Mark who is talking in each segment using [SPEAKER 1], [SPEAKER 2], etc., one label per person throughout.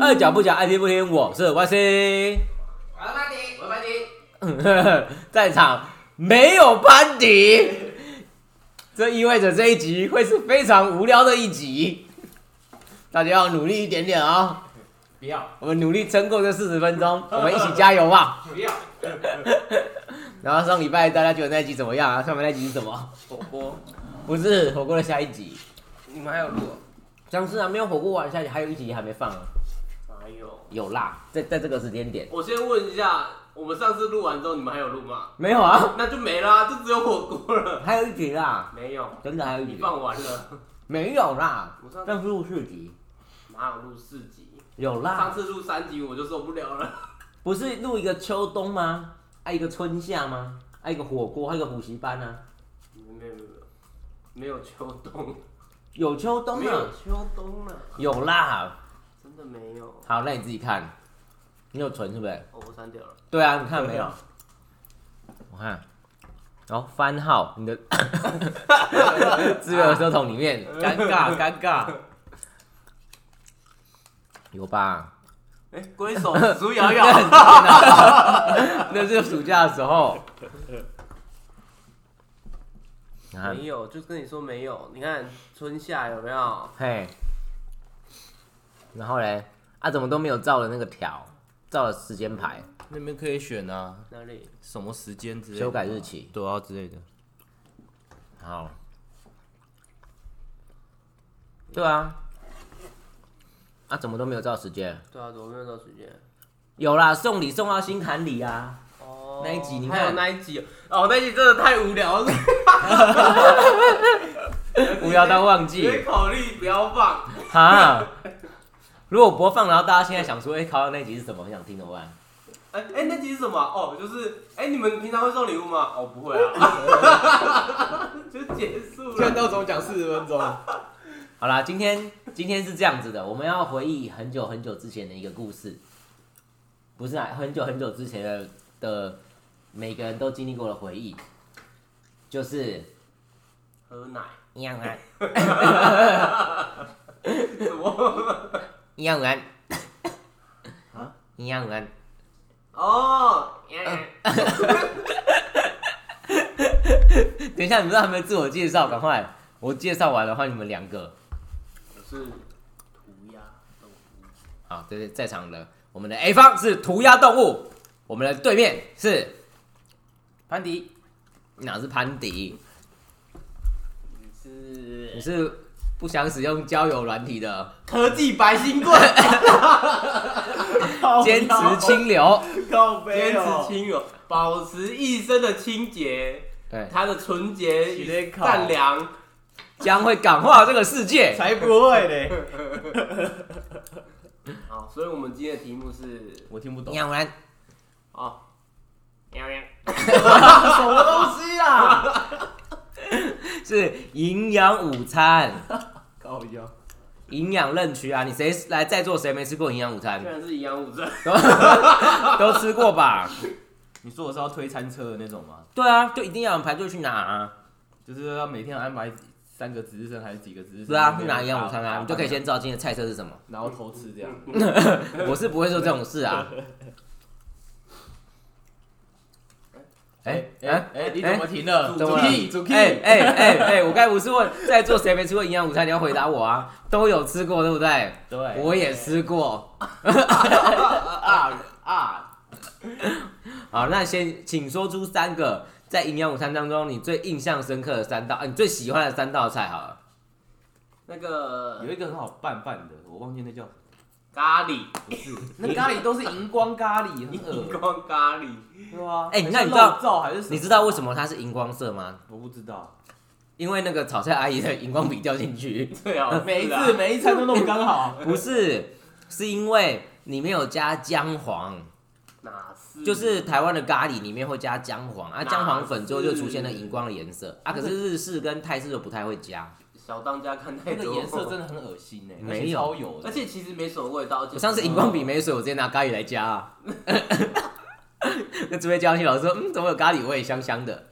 [SPEAKER 1] 二脚不讲，爱听不听，我是 YC。
[SPEAKER 2] 我是班迪，我是班迪。
[SPEAKER 1] 在场没有班底，这意味着这一集会是非常无聊的一集。大家要努力一点点啊、
[SPEAKER 2] 不要，
[SPEAKER 1] 我们努力撑过这四十分钟，我们一起加油吧！
[SPEAKER 2] 不要。
[SPEAKER 1] 然后上礼拜大家觉得那一集怎么样啊？上面那一集是什么？
[SPEAKER 3] 火锅，
[SPEAKER 1] 不是火锅的下一集，
[SPEAKER 3] 你们还有录？
[SPEAKER 1] 僵尸还啊没有火锅完，下一集还有一集还没放啊，
[SPEAKER 3] 哪有？
[SPEAKER 1] 有啦，在在这个时间点
[SPEAKER 3] 我先问一下，我们上次录完之后，你们还有录吗？
[SPEAKER 1] 没有啊，
[SPEAKER 3] 那就没啦，就只有火锅了。
[SPEAKER 1] 还有一集啦，
[SPEAKER 3] 没有，
[SPEAKER 1] 真的还有一
[SPEAKER 3] 你
[SPEAKER 1] 集，
[SPEAKER 3] 放完了，
[SPEAKER 1] 没有啦
[SPEAKER 3] 我上，
[SPEAKER 1] 但是录四集
[SPEAKER 3] 哪有录四集？
[SPEAKER 1] 有啦
[SPEAKER 3] 上，次录三集我就受不了了。
[SPEAKER 1] 不是录一个秋冬吗？啊，一个春夏吗？啊，一个火锅，还有一个补习班啊，
[SPEAKER 3] 没有没有没有，没有秋冬，
[SPEAKER 1] 有秋冬
[SPEAKER 3] 没有
[SPEAKER 1] 啊，
[SPEAKER 3] 秋冬了，
[SPEAKER 1] 有啦。
[SPEAKER 3] 真的没有。
[SPEAKER 1] 好，那你自己看，你有存是不是？
[SPEAKER 3] 哦，我删掉了。
[SPEAKER 1] 对啊，你看没有？我看，然后番号， 你的资源回收桶里面，尴尬尴尬，有吧？
[SPEAKER 3] 哎，龟 手苏瑶瑶，
[SPEAKER 1] 那是 暑假的时候。你看
[SPEAKER 3] 没，有，就跟你说没有。你看春夏有没有？
[SPEAKER 1] 嘿，然后嘞，啊，怎么都没有照了那个条，照了时间牌，
[SPEAKER 2] 那边可以选啊，
[SPEAKER 3] 哪里？
[SPEAKER 2] 什么时间之类的，
[SPEAKER 1] 修改日期，
[SPEAKER 2] 对啊之类的。
[SPEAKER 1] 好。对啊，啊，怎么都没有照时间？
[SPEAKER 3] 对啊，怎么没有到时间？
[SPEAKER 1] 有啦，送礼送到心坎里啊。
[SPEAKER 3] 哦
[SPEAKER 1] 那一集你看
[SPEAKER 3] 还有那一集哦，那一集真的太无聊了，
[SPEAKER 1] 无聊到忘记
[SPEAKER 3] 你 会考虑不要放。
[SPEAKER 1] 哈。如果播放，然后大家现在想说，哎、考到那集是什么？很想听怎么办？
[SPEAKER 3] 哎、哎、那集是什么啊？哦，就是哎、你们平常会送礼物吗？哦，不会啊， 就结束了。
[SPEAKER 2] 到总讲四十分钟，啊
[SPEAKER 1] 好啦，今天今天是这样子的，我们要回忆很久很久之前的一个故事，不是啊，很久很久之前的的每个人都经历过的回忆，就是
[SPEAKER 3] 喝奶？
[SPEAKER 1] 一样啊，
[SPEAKER 3] 什么？
[SPEAKER 1] 一样啊，一样啊，
[SPEAKER 3] 哦，
[SPEAKER 1] 嗯
[SPEAKER 3] 耶
[SPEAKER 1] 等一下，你们都还没自我介绍，赶快，我介绍完的话，你们两个，
[SPEAKER 3] 我是涂鸦动物。
[SPEAKER 1] 好，啊这是在场的，我们的 A 方是涂鸦动物，我们的对面是
[SPEAKER 2] 潘迪，
[SPEAKER 1] 哪是潘迪？
[SPEAKER 3] 你
[SPEAKER 1] 你
[SPEAKER 3] 是
[SPEAKER 1] 是不想使用交友软体的，
[SPEAKER 3] 科技白新贵， 哦
[SPEAKER 1] 坚持清流，
[SPEAKER 2] 靠
[SPEAKER 3] 坚
[SPEAKER 2] 背
[SPEAKER 3] 持
[SPEAKER 2] 哦，
[SPEAKER 3] 清柔，保持一身的清洁，
[SPEAKER 1] 对。
[SPEAKER 3] 它的纯洁与
[SPEAKER 2] 洗得好
[SPEAKER 3] 善良。
[SPEAKER 1] 将会感化这个世界。
[SPEAKER 2] 才不会嘞，
[SPEAKER 3] 好，所以我们今天的题目是
[SPEAKER 2] 我听不懂，
[SPEAKER 1] 鸟人，
[SPEAKER 3] 哦，喵喵，
[SPEAKER 2] 什么东西啦？
[SPEAKER 1] 是营养午餐，
[SPEAKER 2] 靠腰，
[SPEAKER 1] 营养任区啊！你谁来在座谁没吃过营养午
[SPEAKER 3] 居
[SPEAKER 1] 餐？
[SPEAKER 3] 然是营养午餐，
[SPEAKER 1] 都吃过吧？
[SPEAKER 2] 你说我是要推餐车的那种吗？
[SPEAKER 1] 对啊，就一定要有人排队去拿、啊。
[SPEAKER 2] 就是要每天安排三个值日生还是几个值日生？
[SPEAKER 1] 对啊，去拿营养午餐
[SPEAKER 2] 打
[SPEAKER 1] 啊，你就可以，先知道今天的菜色是什么。
[SPEAKER 2] 然后偷吃 这样。
[SPEAKER 1] 我是不会做这种事啊。哎哎
[SPEAKER 2] 哎哎，你怎么停了？
[SPEAKER 1] 怎么了
[SPEAKER 2] 屁主 key，
[SPEAKER 1] 哎哎哎哎！我刚才不是问在座谁没吃过营养午餐？你要回答我啊！都有吃过，对不对？
[SPEAKER 2] 对，
[SPEAKER 1] 我也吃过。
[SPEAKER 2] 啊啊，
[SPEAKER 1] 好，那先请说出三个在营养午餐当中你最印象深刻的三道，啊、你最喜欢的三道菜好了。
[SPEAKER 3] 那个
[SPEAKER 2] 有一个很好拌拌的，我忘记那叫什么，
[SPEAKER 3] 咖喱，
[SPEAKER 2] 不是，那咖喱都是荧光咖喱，很
[SPEAKER 3] 荧
[SPEAKER 2] 恶
[SPEAKER 3] 光咖喱，
[SPEAKER 2] 对啊。
[SPEAKER 1] 哎那你知道
[SPEAKER 2] 道照还是什么
[SPEAKER 1] 你知道为什么它是荧光色吗？
[SPEAKER 2] 我不知道，
[SPEAKER 1] 因为那个炒菜阿姨的荧光笔掉进 去，。
[SPEAKER 3] 对啊，
[SPEAKER 2] 每一
[SPEAKER 3] 是啊
[SPEAKER 2] 次每一餐都那么刚好
[SPEAKER 1] 不是，是因为里面有加姜黄，
[SPEAKER 3] 哪是
[SPEAKER 1] 就是台湾的咖喱里面会加姜黄啊，
[SPEAKER 3] 哪
[SPEAKER 1] 姜黄粉之后就出现了
[SPEAKER 3] 是
[SPEAKER 1] 荧光的颜色啊。可是日式跟泰式就不太会加。
[SPEAKER 3] 小当家看太
[SPEAKER 2] 那个
[SPEAKER 3] 多，
[SPEAKER 2] 颜色真的很恶心哎，
[SPEAKER 1] 没有
[SPEAKER 2] 而且超油的，
[SPEAKER 3] 哦而且其实没什么味道，而且
[SPEAKER 1] 我上次荧光笔没水，我直接拿咖喱来加、啊。 那直接加上去，老师说，嗯，怎么有咖喱味，香香的。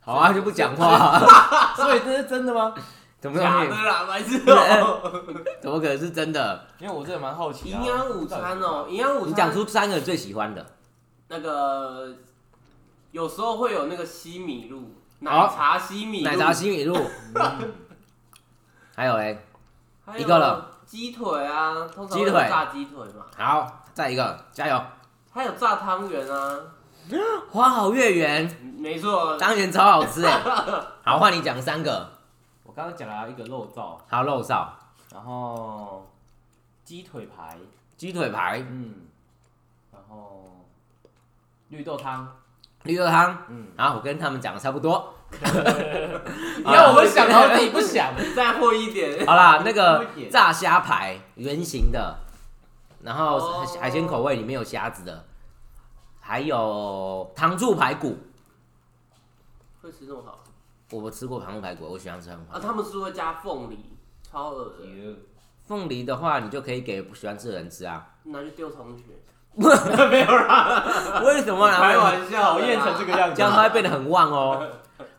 [SPEAKER 1] 好啊，就不讲话啊、
[SPEAKER 2] 所以这是真的吗？
[SPEAKER 1] 怎么
[SPEAKER 3] 假
[SPEAKER 1] 可
[SPEAKER 3] 的
[SPEAKER 1] 能？
[SPEAKER 3] 啦，白痴哦！
[SPEAKER 1] 怎么可能是真的？
[SPEAKER 2] 因为我真的蛮好奇啊
[SPEAKER 3] 营养午餐哦，，营养午餐，
[SPEAKER 1] 你讲出三个最喜欢的，
[SPEAKER 3] 那个有时候会有那个西米露，奶
[SPEAKER 1] 好
[SPEAKER 3] 茶西米露，
[SPEAKER 1] 奶茶西米露，还有嘞，
[SPEAKER 3] 还有
[SPEAKER 1] 一个了，
[SPEAKER 3] 鸡腿啊，通常
[SPEAKER 1] 鸡腿
[SPEAKER 3] 会有炸鸡腿嘛，
[SPEAKER 1] 好，再一个，加油！
[SPEAKER 3] 还有炸汤圆啊，
[SPEAKER 1] 花好月圆，
[SPEAKER 3] 嗯没错，
[SPEAKER 1] 当然超好吃哎。好，换你讲三个，
[SPEAKER 2] 我刚刚讲了一个肉燥，
[SPEAKER 1] 还有肉臊、
[SPEAKER 2] 然后鸡腿排，
[SPEAKER 1] 鸡腿排、
[SPEAKER 2] 嗯，然后绿豆汤，
[SPEAKER 1] 绿豆汤。
[SPEAKER 2] 嗯，
[SPEAKER 1] 然后我跟他们讲的差不多。
[SPEAKER 2] 你
[SPEAKER 1] 好啦
[SPEAKER 2] 看我会想到自己不想，
[SPEAKER 3] 你再会一 点，
[SPEAKER 1] 好啦，那个
[SPEAKER 2] 多一点
[SPEAKER 1] 炸虾排圆形的，然后
[SPEAKER 3] 哦
[SPEAKER 1] 海鲜口味里面有虾子的，还有糖醋排骨。
[SPEAKER 3] 会吃这么好
[SPEAKER 1] 我吃过糖醋排骨，我喜欢吃糖醋排
[SPEAKER 3] 啊？
[SPEAKER 1] 骨。
[SPEAKER 3] 他们是会加凤梨，超恶的，
[SPEAKER 1] 凤梨的话，你就可以给不喜欢吃的人吃啊。
[SPEAKER 3] 拿去丢同学，
[SPEAKER 2] 没有啦，
[SPEAKER 1] 为什么
[SPEAKER 3] 开
[SPEAKER 1] 呢？
[SPEAKER 3] 玩笑
[SPEAKER 2] 讨
[SPEAKER 3] 的啦，
[SPEAKER 2] 厌成这个样
[SPEAKER 1] 这
[SPEAKER 2] 子啊
[SPEAKER 1] 样，它会变得很旺哦。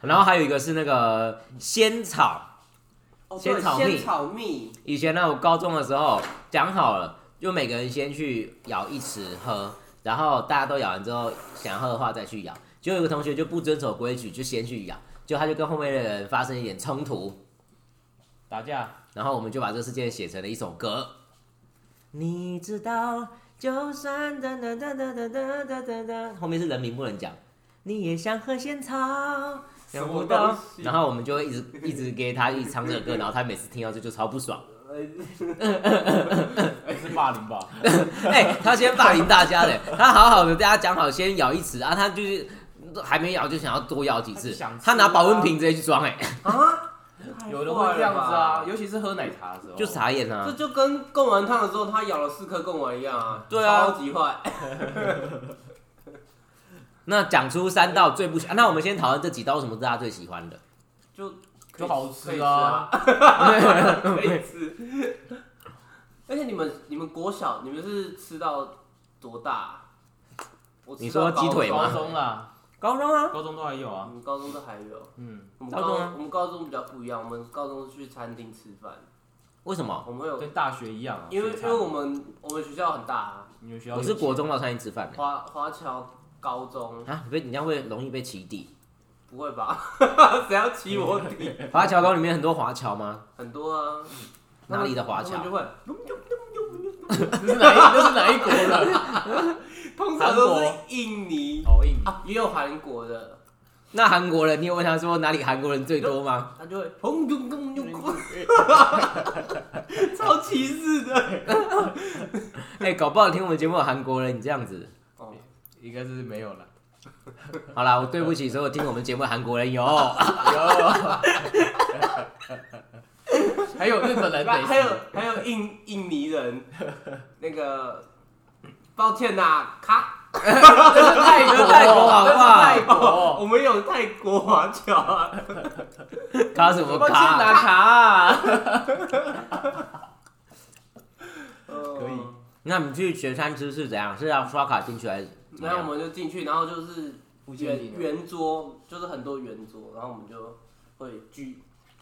[SPEAKER 1] 然后还有一个是那个仙草，
[SPEAKER 3] 哦，对
[SPEAKER 1] 仙草蜜
[SPEAKER 3] 仙草蜜，
[SPEAKER 1] 以前呢，我高中的时候讲好了，就每个人先去舀一匙喝，然后大家都舀完之后，想喝的话再去舀。就有一个同学就不遵守规矩，就先去舀，就他就跟后面的人发生一点冲突，
[SPEAKER 2] 打架，
[SPEAKER 1] 然后我们就把这事件写成了一首歌。你知道，就算哒哒哒哒哒哒哒哒哒，后面是人名不能讲，你也想喝仙草，
[SPEAKER 3] 什
[SPEAKER 1] 想
[SPEAKER 3] 么
[SPEAKER 1] 不
[SPEAKER 3] 东
[SPEAKER 1] 到
[SPEAKER 3] 西。
[SPEAKER 1] 然后我们就会一直一直给他一直唱这个歌，然后他每次听到这就超不爽。
[SPEAKER 2] 哎，是霸凌吧？
[SPEAKER 1] 哎、他先霸凌大家嘞，他好好的大家讲好，先咬一匙啊，他就是还没咬就想要多咬几次
[SPEAKER 2] 他就想，吃啊
[SPEAKER 1] 他拿保温瓶直接去装，哎，
[SPEAKER 3] 啊，
[SPEAKER 2] 有的会这样子
[SPEAKER 3] 太坏
[SPEAKER 2] 啊，
[SPEAKER 3] 了吧。
[SPEAKER 2] 尤其是喝奶茶的时候，
[SPEAKER 1] 就傻眼啊
[SPEAKER 3] 这。就跟贡丸汤的时候，他咬了四颗贡丸一样啊，
[SPEAKER 1] 对啊
[SPEAKER 3] 超级坏。
[SPEAKER 1] 那讲出三道最不喜、啊那我们先讨论这几道什么是大家最喜欢 的。
[SPEAKER 3] 就
[SPEAKER 2] 就好吃啊，
[SPEAKER 3] 可以吃。而且你们你们国小你们是吃到多大啊、我吃啊
[SPEAKER 1] 你说
[SPEAKER 3] 到高
[SPEAKER 1] 鸡腿
[SPEAKER 2] 高
[SPEAKER 1] 吗
[SPEAKER 2] 中啦，
[SPEAKER 1] 高中啊，
[SPEAKER 2] 高中都还有
[SPEAKER 3] 我
[SPEAKER 2] 啊，
[SPEAKER 3] 们高中都还有，
[SPEAKER 2] 嗯，
[SPEAKER 3] 我们
[SPEAKER 1] 高
[SPEAKER 3] 高
[SPEAKER 1] 中啊
[SPEAKER 3] 我们高中比较不一样，我们高中是去餐厅吃饭，
[SPEAKER 1] 为什么？
[SPEAKER 3] 我们会有，
[SPEAKER 2] 跟大学一样啊，
[SPEAKER 3] 因为
[SPEAKER 2] 学
[SPEAKER 3] 因
[SPEAKER 2] 餐
[SPEAKER 3] 为我们我们学校很大、啊，
[SPEAKER 2] 你们学校
[SPEAKER 1] 我是国中到餐厅吃饭的
[SPEAKER 3] 华华侨高中
[SPEAKER 1] 啊，你被你这样会容易被起底。
[SPEAKER 3] 不会吧？ 谁要骑我底？
[SPEAKER 1] 华侨高里面很多华侨吗？
[SPEAKER 3] 很多啊，
[SPEAKER 1] 哪里的华
[SPEAKER 3] 他们
[SPEAKER 1] 侨
[SPEAKER 3] 就？会，
[SPEAKER 2] 这是哪一这是哪一国人？
[SPEAKER 3] 通常都是印尼
[SPEAKER 2] 哦，印尼
[SPEAKER 3] 啊，也有韩国的，
[SPEAKER 1] 那韩国人，你有问他说哪里韩国人最多 吗？
[SPEAKER 3] 他就会轰咚咚咚咚，超歧视的。
[SPEAKER 1] 哎、搞不好听我们节目的韩国人，你这样子。
[SPEAKER 3] 哦，
[SPEAKER 2] 应该是没有了，
[SPEAKER 1] 好啦，我对不起所有听我们节目的韩国人有。
[SPEAKER 2] 有，还有日本人得
[SPEAKER 3] 还有还有印印尼人，那个抱歉呐，咔，
[SPEAKER 2] 泰
[SPEAKER 1] 国
[SPEAKER 2] 国，
[SPEAKER 1] 好不好
[SPEAKER 2] 泰国，
[SPEAKER 1] 哦
[SPEAKER 3] 我们有泰国华侨 啊，
[SPEAKER 1] 卡什么
[SPEAKER 2] 我去
[SPEAKER 1] 卡？
[SPEAKER 2] 拿卡啊，
[SPEAKER 3] 可
[SPEAKER 2] 以。
[SPEAKER 3] 哦
[SPEAKER 1] 那你去学餐吃是怎样？是要刷卡进去还是怎么
[SPEAKER 3] 然后
[SPEAKER 1] 样？
[SPEAKER 3] 我们就进去，然后就是
[SPEAKER 2] 不建议
[SPEAKER 3] 圆
[SPEAKER 2] 呢
[SPEAKER 3] 圆桌，就是很多圆桌，然后我们就会聚，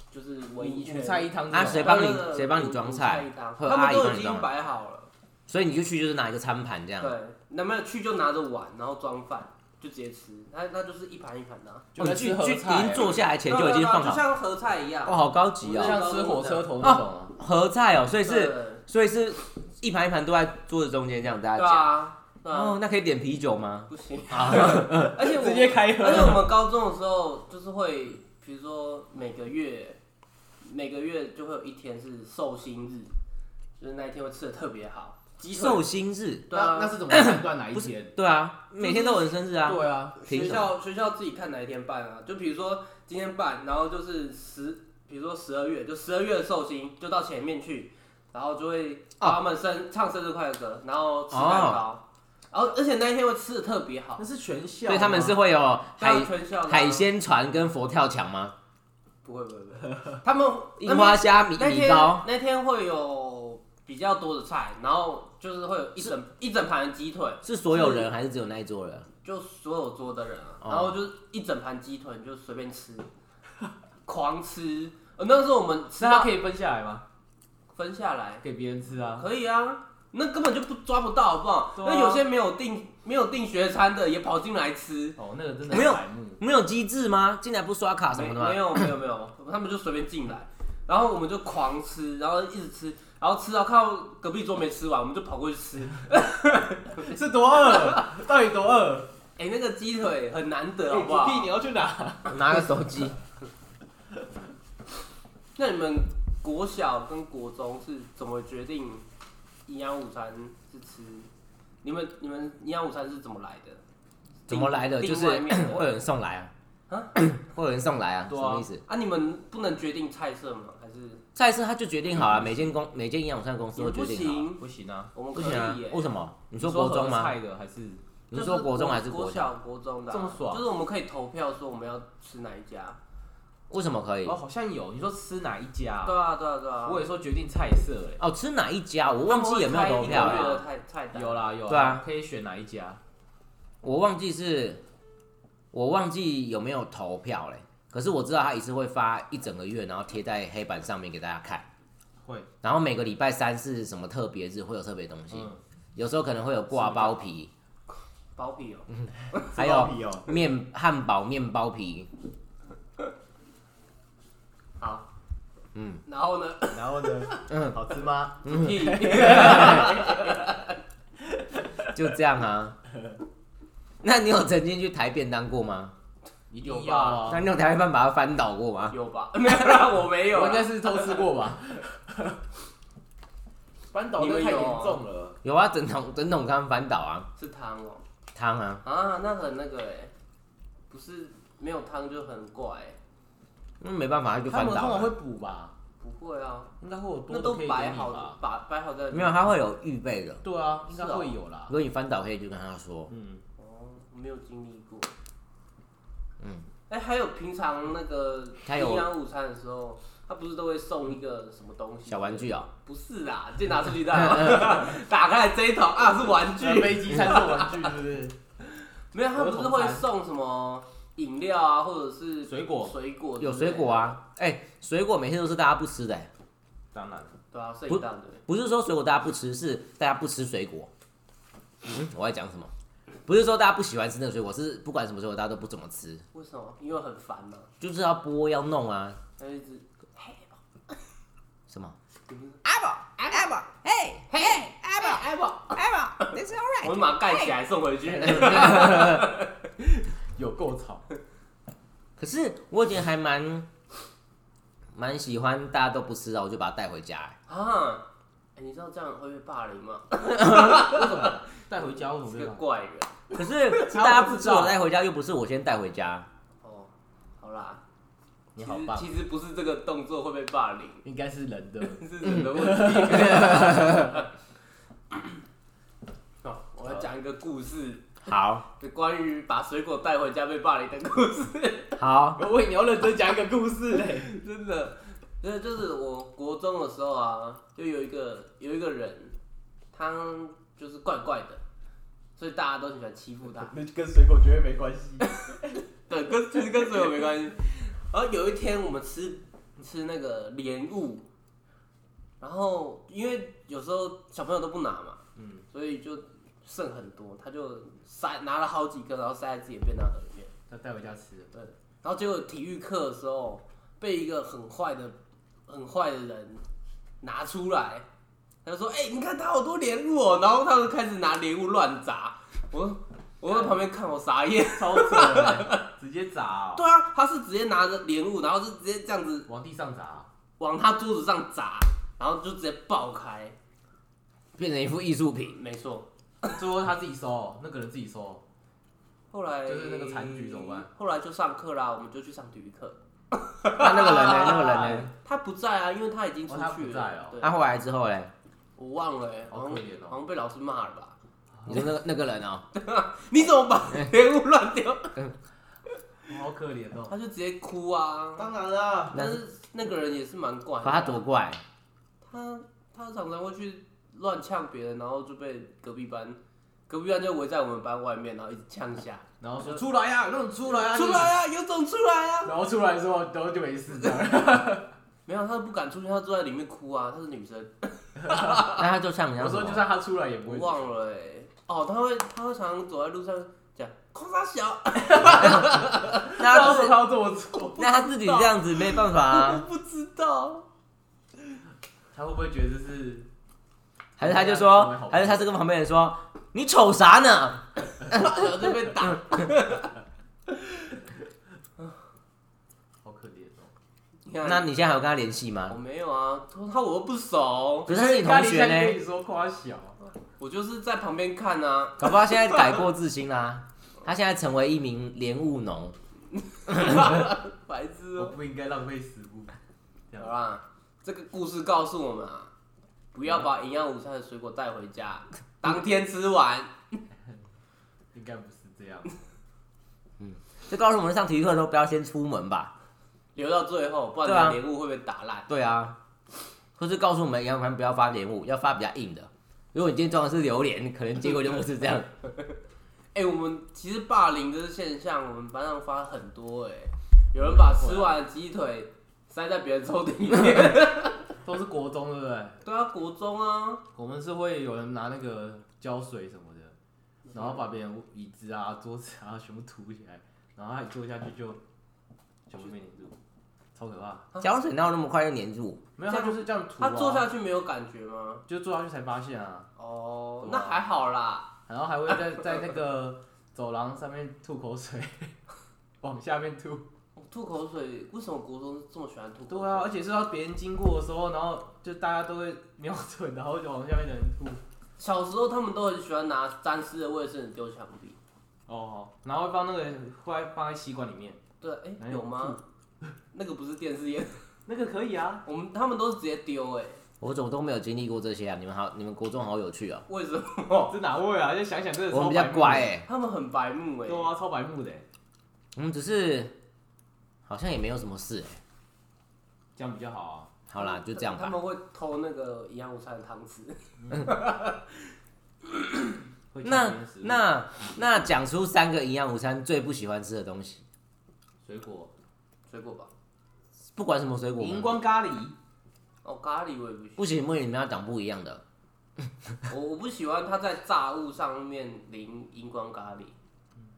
[SPEAKER 3] 就是围一圈
[SPEAKER 2] 五。菜一汤这种
[SPEAKER 1] 啊谁帮你
[SPEAKER 3] 对对对
[SPEAKER 1] 谁帮你装菜
[SPEAKER 3] 五五一汤
[SPEAKER 1] 或者
[SPEAKER 3] 他
[SPEAKER 1] 阿
[SPEAKER 3] 们
[SPEAKER 1] 姨
[SPEAKER 3] 都
[SPEAKER 1] 帮
[SPEAKER 3] 已
[SPEAKER 1] 你装嗯
[SPEAKER 3] 经摆好了。
[SPEAKER 1] 所以你就去就是拿一个餐盘这样。
[SPEAKER 3] 对，那没有去就拿着碗，然后装饭，就直接吃。那那就是一盘一盘的啊、
[SPEAKER 2] 就
[SPEAKER 1] 哦，你
[SPEAKER 2] 跟
[SPEAKER 1] 去
[SPEAKER 2] 吃合
[SPEAKER 1] 去已
[SPEAKER 2] 菜
[SPEAKER 1] 经坐下来前
[SPEAKER 3] 对
[SPEAKER 1] 就
[SPEAKER 3] 啊
[SPEAKER 1] 已经
[SPEAKER 3] 对啊
[SPEAKER 1] 放
[SPEAKER 3] 就
[SPEAKER 1] 好，
[SPEAKER 3] 像合菜一样。
[SPEAKER 1] 哇，好高级
[SPEAKER 2] 就
[SPEAKER 1] 哦。
[SPEAKER 2] 像吃火车头那种啊，
[SPEAKER 1] 合菜哦，所以
[SPEAKER 3] 对
[SPEAKER 1] 是所以是一盘一盘都在桌子中间这样大
[SPEAKER 3] 对
[SPEAKER 1] 家夹。
[SPEAKER 3] 啊，对啊，
[SPEAKER 1] 哦，那可以点啤酒吗？
[SPEAKER 3] 不行。
[SPEAKER 1] 啊，
[SPEAKER 3] 而且我
[SPEAKER 2] 直接开
[SPEAKER 3] 而且我
[SPEAKER 2] 喝，
[SPEAKER 3] 们高中的时候，就是会，比如说每个月，每个月就会有一天是寿星日，就是那一天会吃的特别好。鸡腿
[SPEAKER 1] 寿星日。
[SPEAKER 3] 对啊，
[SPEAKER 2] 是怎么判断哪一
[SPEAKER 1] 不是？对啊，每天都有人生日啊。
[SPEAKER 2] 对啊，
[SPEAKER 1] 凭
[SPEAKER 3] 学
[SPEAKER 1] 什么？
[SPEAKER 3] 校学校自己看哪一天办啊？就比如说今天办，然后就是十，比如说十二月，就十二月的寿星就到前面去，然后就会
[SPEAKER 1] 啊
[SPEAKER 3] 帮他们生、唱生日快乐歌，然后吃蛋
[SPEAKER 1] 哦
[SPEAKER 3] 糕，然后而且那一天会吃的特别好，
[SPEAKER 2] 那是全校吗，
[SPEAKER 1] 所以他们是会有海
[SPEAKER 3] 当然全校的啊
[SPEAKER 1] 海鲜船跟佛跳墙吗？
[SPEAKER 3] 不会不会不会，他们
[SPEAKER 1] 樱花虾米
[SPEAKER 3] 那
[SPEAKER 1] 米
[SPEAKER 3] 天
[SPEAKER 1] 糕。
[SPEAKER 3] 那天会有比较多的菜，然后就是会有一整一整盘鸡腿，
[SPEAKER 1] 是所有人还是只有那一桌人？
[SPEAKER 3] 就所有桌的人啊，
[SPEAKER 1] 哦
[SPEAKER 3] 然后就是一整盘鸡腿，你就随便吃，狂吃，呃，那时候我们吃
[SPEAKER 2] 是它
[SPEAKER 3] 到
[SPEAKER 2] 可以分下来吗？
[SPEAKER 3] 分下来，
[SPEAKER 2] 给别人吃啊？
[SPEAKER 3] 可以啊，那根本就不抓不到，好不好？
[SPEAKER 2] 对啊
[SPEAKER 3] 那有些没有订没有订学餐的也跑进来吃，
[SPEAKER 2] 哦，那个真的
[SPEAKER 1] 没有
[SPEAKER 2] 很白目，
[SPEAKER 1] 没有机制吗？进来不刷啊卡什
[SPEAKER 3] 没
[SPEAKER 1] 么的
[SPEAKER 3] 没
[SPEAKER 1] 吗？
[SPEAKER 3] 有没有没有，他们就随便进来，然后我们就狂吃，然后一直吃，然后吃到看到隔壁桌没吃完，我们就跑过去吃。
[SPEAKER 2] 是多饿？到底多饿？
[SPEAKER 3] 哎、那个鸡腿很难得，好
[SPEAKER 2] 哎
[SPEAKER 3] 不好？
[SPEAKER 2] 屁，你要去哪？
[SPEAKER 1] 拿个手 机，
[SPEAKER 3] 那你们国小跟国中是怎么决定营养午餐是吃？你们你们营养午餐是怎么来的？
[SPEAKER 1] 怎么来的？
[SPEAKER 3] 订
[SPEAKER 1] 就是
[SPEAKER 3] 外面的
[SPEAKER 1] 会有人送来啊，
[SPEAKER 3] 啊
[SPEAKER 1] 会有人送来啊，什
[SPEAKER 2] 对啊
[SPEAKER 1] 么意思？
[SPEAKER 3] 啊，你们不能决定菜色吗？还是
[SPEAKER 1] 再一次他就决定好了，每间公每间营养午餐公司
[SPEAKER 3] 也
[SPEAKER 1] 都
[SPEAKER 3] 不
[SPEAKER 1] 决定好了。
[SPEAKER 3] 行？
[SPEAKER 2] 不行啊！
[SPEAKER 3] 我们
[SPEAKER 1] 不
[SPEAKER 3] 可以
[SPEAKER 1] 行啊
[SPEAKER 3] 耶、？
[SPEAKER 1] 为什么？你说
[SPEAKER 2] 合
[SPEAKER 1] 国中吗？
[SPEAKER 2] 菜的还是
[SPEAKER 1] 你说国中还是
[SPEAKER 3] 国
[SPEAKER 1] 国小？
[SPEAKER 3] 小国中的、啊？
[SPEAKER 2] 这么爽
[SPEAKER 3] 就是我们可以投票说我们要吃哪一家。
[SPEAKER 1] 为什么可以
[SPEAKER 2] 哦，？好像有。你说吃哪一家啊？
[SPEAKER 3] 对啊，对啊，对啊。
[SPEAKER 2] 我也说决定菜色欸
[SPEAKER 1] 哦，吃哪一家？我忘记有没有投票啊
[SPEAKER 3] 他们
[SPEAKER 1] 了，
[SPEAKER 3] 会开一个月的菜菜
[SPEAKER 2] 哎，
[SPEAKER 3] 单。
[SPEAKER 2] 有啦有。
[SPEAKER 1] 对啊，
[SPEAKER 2] 可以选哪一家？
[SPEAKER 1] 我忘记是，我忘记有没有投票嘞。可是我知道他一次会发一整个月，然后贴在黑板上面给大家看。
[SPEAKER 2] 会，
[SPEAKER 1] 然后每个礼拜三是什么特别日，会有特别东西，
[SPEAKER 2] 嗯，
[SPEAKER 1] 有时候可能会有挂包皮，
[SPEAKER 3] 包皮哦、
[SPEAKER 1] 还
[SPEAKER 2] 包
[SPEAKER 1] 有
[SPEAKER 2] 皮哦
[SPEAKER 1] 面汉堡面包皮，
[SPEAKER 3] 好，
[SPEAKER 1] 嗯，
[SPEAKER 3] 然后呢？
[SPEAKER 2] 然后呢？好吃吗？
[SPEAKER 3] 屁
[SPEAKER 1] 就这样 啊。那你有曾经去台便当过吗？
[SPEAKER 2] 一
[SPEAKER 3] 有吧
[SPEAKER 2] 定要啊！
[SPEAKER 1] 那你有台便当把它翻倒过吗？
[SPEAKER 3] 有 吧？没有啦，我没有啊
[SPEAKER 2] 我
[SPEAKER 3] 啦。
[SPEAKER 2] 应该是偷吃过 吧？翻倒
[SPEAKER 3] 你们
[SPEAKER 2] 那太
[SPEAKER 3] 有
[SPEAKER 2] 严
[SPEAKER 3] 啊
[SPEAKER 2] 重了，
[SPEAKER 1] 有啊，整桶整桶汤翻倒啊，
[SPEAKER 3] 是汤哦、
[SPEAKER 1] 汤啊，
[SPEAKER 3] 啊，那很那个哎、不是没有汤就很怪、欸，
[SPEAKER 1] 那没办法，它就啊
[SPEAKER 2] 他
[SPEAKER 1] 翻
[SPEAKER 2] 们通
[SPEAKER 1] 倒
[SPEAKER 2] 常会
[SPEAKER 1] 了。
[SPEAKER 2] 补吧？
[SPEAKER 3] 不会啊，
[SPEAKER 2] 应该会有多
[SPEAKER 3] 那
[SPEAKER 2] 的
[SPEAKER 3] 都
[SPEAKER 2] 可以给
[SPEAKER 3] 摆
[SPEAKER 2] 你
[SPEAKER 3] 好
[SPEAKER 2] 吧？
[SPEAKER 3] 把摆好在
[SPEAKER 1] 没有，它会有预备的。
[SPEAKER 2] 对啊，应该
[SPEAKER 3] 是哦
[SPEAKER 2] 会有啦
[SPEAKER 1] 如。果你翻倒，可以就跟他说，
[SPEAKER 2] 嗯，
[SPEAKER 3] 哦，我没有经历过。
[SPEAKER 1] 嗯，
[SPEAKER 3] 哎、还有平常那个
[SPEAKER 1] 它有
[SPEAKER 3] 营养午餐的时候，他不是都会送一个什么东西？
[SPEAKER 1] 小玩具哦、
[SPEAKER 3] 不是啦，就拿出去 带哦，打开来这一桶啊是玩
[SPEAKER 1] 呃
[SPEAKER 3] 具，
[SPEAKER 2] 飞机餐是玩具是不是？
[SPEAKER 3] 没有，他不是会送什么饮料啊，或者是
[SPEAKER 2] 水果
[SPEAKER 3] 水果
[SPEAKER 1] 有水果
[SPEAKER 3] 啊，
[SPEAKER 1] 啊，哎、水果每天都是大家不吃的、哎
[SPEAKER 2] 当然，
[SPEAKER 3] 对啊，圣诞对。
[SPEAKER 1] 不是说水果大家不吃，是大家不吃水果。嗯，我在讲什么？不是说大家不喜欢吃那个水果，是不管什么水果大家都不怎么吃，
[SPEAKER 3] 为什么？因为很烦嘛、
[SPEAKER 1] 就是要剥要弄啊，
[SPEAKER 3] 他就一直嘿，
[SPEAKER 1] 什么？
[SPEAKER 3] 你不是
[SPEAKER 4] Apple, hey, hey, Apple, Apple, Apple, this is all right.
[SPEAKER 3] 哎我们把它盖起来送回去。
[SPEAKER 2] 有够 吵。
[SPEAKER 1] 可是我以前还蛮蛮喜欢大家都不吃的，我就把它带回家、哎
[SPEAKER 3] 啊，欸你知道这样会被霸凌吗？
[SPEAKER 2] 为什么带回家？为什么
[SPEAKER 3] 是
[SPEAKER 2] 这
[SPEAKER 3] 个
[SPEAKER 2] 样？
[SPEAKER 3] 怪人。
[SPEAKER 1] 可是
[SPEAKER 2] 知道
[SPEAKER 1] 大家不吃我带回家，又不是我先带回家。
[SPEAKER 3] 哦，好啦，
[SPEAKER 2] 你好棒
[SPEAKER 3] 其实其实不是这个动作会被霸 凌，
[SPEAKER 2] 应该是人的。
[SPEAKER 3] 是人的问题。 哦，我要讲一个故事，
[SPEAKER 1] 好
[SPEAKER 3] 是关于把水果带回家被霸凌的故事。
[SPEAKER 1] 好，
[SPEAKER 2] 我以为你要认真讲一个故事嘞。
[SPEAKER 3] 真的，真的就是我国中的时候啊，就有一个有一个人，他就是怪怪的，所以大家都很喜欢欺负 他。
[SPEAKER 2] 那跟水果绝对没关 系。
[SPEAKER 3] 对，跟其实跟水果没关系。然后有一天我们吃吃那个莲雾，然后因为有时候小朋友都不拿嘛，
[SPEAKER 2] 嗯，
[SPEAKER 3] 所以就剩很多，他就塞拿了好几个，然后塞在自己的便当盒里面。
[SPEAKER 2] 他带回家吃了。
[SPEAKER 3] 对，然后结果体育课的时候被一个很坏的很坏的人拿出来，他就说：“哎、你看他好多莲雾哦。”然后他就开始拿莲雾乱砸，我我在旁边看我傻 眼。
[SPEAKER 2] 超扯的，直接砸、哦，
[SPEAKER 3] 对啊，他是直接拿着莲雾，然后是直接这样子
[SPEAKER 2] 往地上砸、哦
[SPEAKER 3] 往他桌子上砸，然后就直接爆开。
[SPEAKER 1] 变成一副艺术品。
[SPEAKER 3] 没错，
[SPEAKER 2] 最后他自己收哦，那个人自己收哦。
[SPEAKER 3] 后来
[SPEAKER 2] 就是那个残局怎么办？
[SPEAKER 3] 后来就上课啦，我们就去上体育课。
[SPEAKER 1] 那那个人呢？那个 人呢？
[SPEAKER 3] 他不在啊，因为他已经出去了。
[SPEAKER 2] 哦他不在哦
[SPEAKER 3] 对
[SPEAKER 1] 他、后来之后嘞？
[SPEAKER 3] 我忘了、欸，
[SPEAKER 2] 好
[SPEAKER 3] 好像
[SPEAKER 2] 可怜哦
[SPEAKER 3] 好像被老师骂了吧？
[SPEAKER 1] 你说那个那个人哦、
[SPEAKER 3] 你怎么把莲雾乱丢？
[SPEAKER 2] 好可怜哦。
[SPEAKER 3] 他就直接哭啊。
[SPEAKER 2] 当然啦，
[SPEAKER 1] 那
[SPEAKER 3] 但是那个人也是蛮怪
[SPEAKER 1] 可
[SPEAKER 3] 的啊、
[SPEAKER 1] 他多怪，
[SPEAKER 3] 他他常常会去乱呛别人，然后就被隔壁班隔壁班就围在我们班外面，然后一直呛下。
[SPEAKER 2] 然后说出 来呀、啊，让你出来呀、啊，
[SPEAKER 3] 出来！啊，有种出来啊！
[SPEAKER 2] 然后出来之后，然后就没事这样。
[SPEAKER 3] 没有，她都不敢出去，她坐在里面哭啊，她是女生，
[SPEAKER 1] 那他就像你一
[SPEAKER 2] 我
[SPEAKER 1] 样什
[SPEAKER 2] 说就
[SPEAKER 1] 么？
[SPEAKER 2] 算他出来也不
[SPEAKER 3] 我
[SPEAKER 2] 会。
[SPEAKER 3] 忘了哎、哦，她会她会常常走在路上讲空沙小，啊
[SPEAKER 1] 那他就
[SPEAKER 2] 知
[SPEAKER 1] 是
[SPEAKER 2] 道他这么做，
[SPEAKER 1] 那他自己这样子没办法
[SPEAKER 3] 我
[SPEAKER 1] 啊，
[SPEAKER 3] 不知道，
[SPEAKER 2] 他会不会觉得这是？
[SPEAKER 1] 还是他就说，还是他是跟旁边人说你瞅啥 呢？
[SPEAKER 3] 然后就被打。
[SPEAKER 2] 好可怜哦。
[SPEAKER 3] 你看
[SPEAKER 1] 那你现在还有跟他联系
[SPEAKER 3] 我
[SPEAKER 1] 吗？
[SPEAKER 3] 没有啊，他我又不熟，
[SPEAKER 1] 可是他是你同学
[SPEAKER 2] 他跟
[SPEAKER 1] 呢，
[SPEAKER 2] 你说夸小，啊
[SPEAKER 3] 我就是在旁边看啊。
[SPEAKER 1] 搞不好他现在改过自新啦。 他现在成为一名莲雾农，
[SPEAKER 3] 白
[SPEAKER 1] 嗯
[SPEAKER 3] 痴
[SPEAKER 2] 我
[SPEAKER 3] 哦、
[SPEAKER 2] 不应该浪费食物。这
[SPEAKER 3] 好
[SPEAKER 2] 样
[SPEAKER 3] 啦，这个故事告诉我们啊，不
[SPEAKER 2] 嗯
[SPEAKER 3] 要把营养午餐的水果带回家，当天吃完。
[SPEAKER 2] 应该不是这样。
[SPEAKER 1] 就告诉我们上体育课的时候不要先出门吧。
[SPEAKER 3] 留到最后，不
[SPEAKER 1] 对啊
[SPEAKER 3] 然你的莲雾会被打烂。
[SPEAKER 1] 对啊，或是告诉我们杨凡不要发莲雾，要发比较硬的。如果你今天装的是榴莲，可能结果就不是这样。
[SPEAKER 3] 哎、我们其实霸凌这个现象，我们班上发很多哎、有人把吃完的鸡腿塞在别人抽屉里 面。
[SPEAKER 2] 都是国中，对不对？
[SPEAKER 3] 对啊，国中啊，
[SPEAKER 2] 我们是会有人拿那个胶水什么的，然后把别人椅子啊、桌子啊全部涂起来，然后他一坐下去就全部被粘住，超可怕。
[SPEAKER 1] 胶水哪有那么快就粘住？
[SPEAKER 2] 没有，他就是这样涂、
[SPEAKER 3] 他
[SPEAKER 2] 啊。
[SPEAKER 3] 坐下去没有感觉吗？
[SPEAKER 2] 就坐下去才发现啊，
[SPEAKER 3] 哦，
[SPEAKER 2] 对
[SPEAKER 3] 那
[SPEAKER 2] 啊
[SPEAKER 3] 还好啦。
[SPEAKER 2] 然后还会在在那个走廊上面吐口水， 往下面吐。
[SPEAKER 3] 吐口水，为什么国中这么喜欢吐口
[SPEAKER 2] 对
[SPEAKER 3] 水？
[SPEAKER 2] 啊，而且是到别人经过的时候，然后就大家都会瞄准，然后就往下面的人吐。
[SPEAKER 3] 小时候他们都很喜欢拿沾湿的卫生纸丢墙壁。
[SPEAKER 2] 哦，然后会放那个会放在吸管里面，
[SPEAKER 3] 对，哎、
[SPEAKER 2] 哪有
[SPEAKER 3] 有吗？ 那个不是电视烟，
[SPEAKER 2] 那个可以啊。
[SPEAKER 3] 我们他们都是直接丢哎、
[SPEAKER 1] 我怎么都没有经历过这些啊！你们好，你们国中好有趣哦。
[SPEAKER 3] 为什么？
[SPEAKER 2] 这哪位啊？就想想真的
[SPEAKER 1] 我
[SPEAKER 2] 超
[SPEAKER 1] 们比
[SPEAKER 2] 白
[SPEAKER 1] 较
[SPEAKER 2] 目的
[SPEAKER 1] 乖哎、
[SPEAKER 3] 他们很白目哎、
[SPEAKER 2] 对啊，超白目的欸，
[SPEAKER 1] 我们只是好像也没有什么事、欸。
[SPEAKER 2] 这样比较好啊。
[SPEAKER 1] 好啦，就这样
[SPEAKER 3] 他
[SPEAKER 1] 吧。
[SPEAKER 3] 们会偷那个营养午餐的汤匙。
[SPEAKER 2] 会抢
[SPEAKER 1] 那
[SPEAKER 2] 别人食物
[SPEAKER 1] 那那讲出三个营养午餐最不喜欢吃的东西，
[SPEAKER 2] 水果
[SPEAKER 3] 水果吧。
[SPEAKER 1] 不管什么水果吗
[SPEAKER 2] 荧，光咖喱，
[SPEAKER 3] 哦，咖喱我也不喜
[SPEAKER 1] 不行不行，你们要讲不一样的。
[SPEAKER 3] 欢，我我不喜欢它在炸物上面淋荧光咖喱。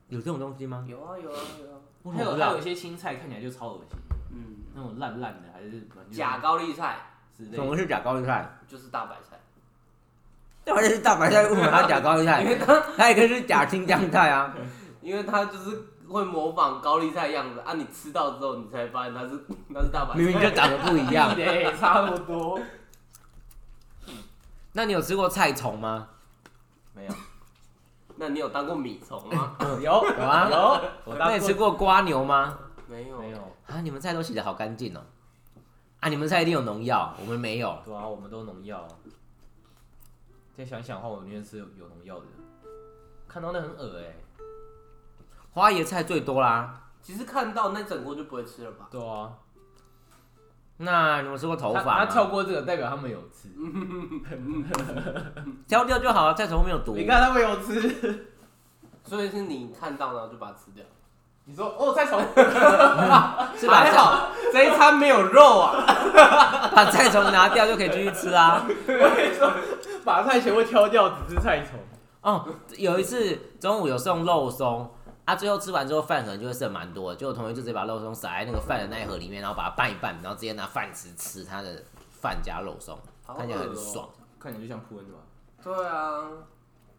[SPEAKER 1] 有这种东西吗？
[SPEAKER 3] 有啊有啊有啊，
[SPEAKER 1] 我
[SPEAKER 2] 还
[SPEAKER 1] 怎么
[SPEAKER 2] 有
[SPEAKER 1] 不知
[SPEAKER 2] 还
[SPEAKER 1] 道
[SPEAKER 2] 有一些青菜看起来就超恶心，
[SPEAKER 3] 嗯，
[SPEAKER 2] 那种烂烂的还是
[SPEAKER 3] 假高丽菜
[SPEAKER 2] 之类
[SPEAKER 1] 什么
[SPEAKER 2] 的。
[SPEAKER 1] 是假高丽菜？
[SPEAKER 3] 就是大白 菜，
[SPEAKER 1] 那玩意是大白菜，为什么它假高丽菜？它也可以是假青江菜啊。
[SPEAKER 3] 因为它就是会模仿高丽菜样子啊，你吃到之后你才发现它是 那是大白
[SPEAKER 1] 明明
[SPEAKER 3] 菜。
[SPEAKER 1] 就长得不一 样。
[SPEAKER 2] 对，差那么 多。
[SPEAKER 1] 那你有吃过菜虫吗？
[SPEAKER 2] 没有，
[SPEAKER 3] 那你有当过米虫吗？
[SPEAKER 2] 有有
[SPEAKER 1] 啊
[SPEAKER 2] 有，我
[SPEAKER 1] 那
[SPEAKER 2] 当
[SPEAKER 1] 你
[SPEAKER 2] 过
[SPEAKER 1] 吃过瓜牛吗？
[SPEAKER 3] 没有
[SPEAKER 2] 没。有？
[SPEAKER 1] 啊，你们菜都洗得好干净哦。啊，你们菜一定有农药，我们没有。
[SPEAKER 2] 对啊，我们都农药。再想想的话，我宁愿吃有有农药的。看到那很恶哎。
[SPEAKER 1] 花椰菜最多啦。
[SPEAKER 3] 其实看到那整锅就不会吃了吧？
[SPEAKER 2] 对啊，
[SPEAKER 1] 那你们吃过头
[SPEAKER 2] 他
[SPEAKER 1] 发
[SPEAKER 2] 他
[SPEAKER 1] 吗？
[SPEAKER 2] 跳过这个，代表他们有吃。
[SPEAKER 1] 挑掉就好了，菜虫没有毒。
[SPEAKER 2] 你看他们有吃。
[SPEAKER 3] 所以是你看到然后就把它吃掉。
[SPEAKER 2] 你说哦，菜虫。
[SPEAKER 1] 是把
[SPEAKER 3] 还
[SPEAKER 1] 菜
[SPEAKER 3] 好这一餐没有肉啊。
[SPEAKER 1] 把菜虫拿掉就可以继续吃啊。
[SPEAKER 2] 把菜全部挑掉，只吃菜虫。
[SPEAKER 1] 哦，有一次中午有送肉松，啊，最后吃完之后饭可能就会剩蛮多的，就我同学就直接把肉松撒在那个饭的那一盒里面，然后把它拌一拌，然后直接拿饭匙吃他的饭加肉松，
[SPEAKER 3] 好
[SPEAKER 1] 看起来
[SPEAKER 3] 恶
[SPEAKER 1] 很
[SPEAKER 3] 哦
[SPEAKER 1] 爽。
[SPEAKER 2] 看起来就像扑恩吧？
[SPEAKER 3] 对啊，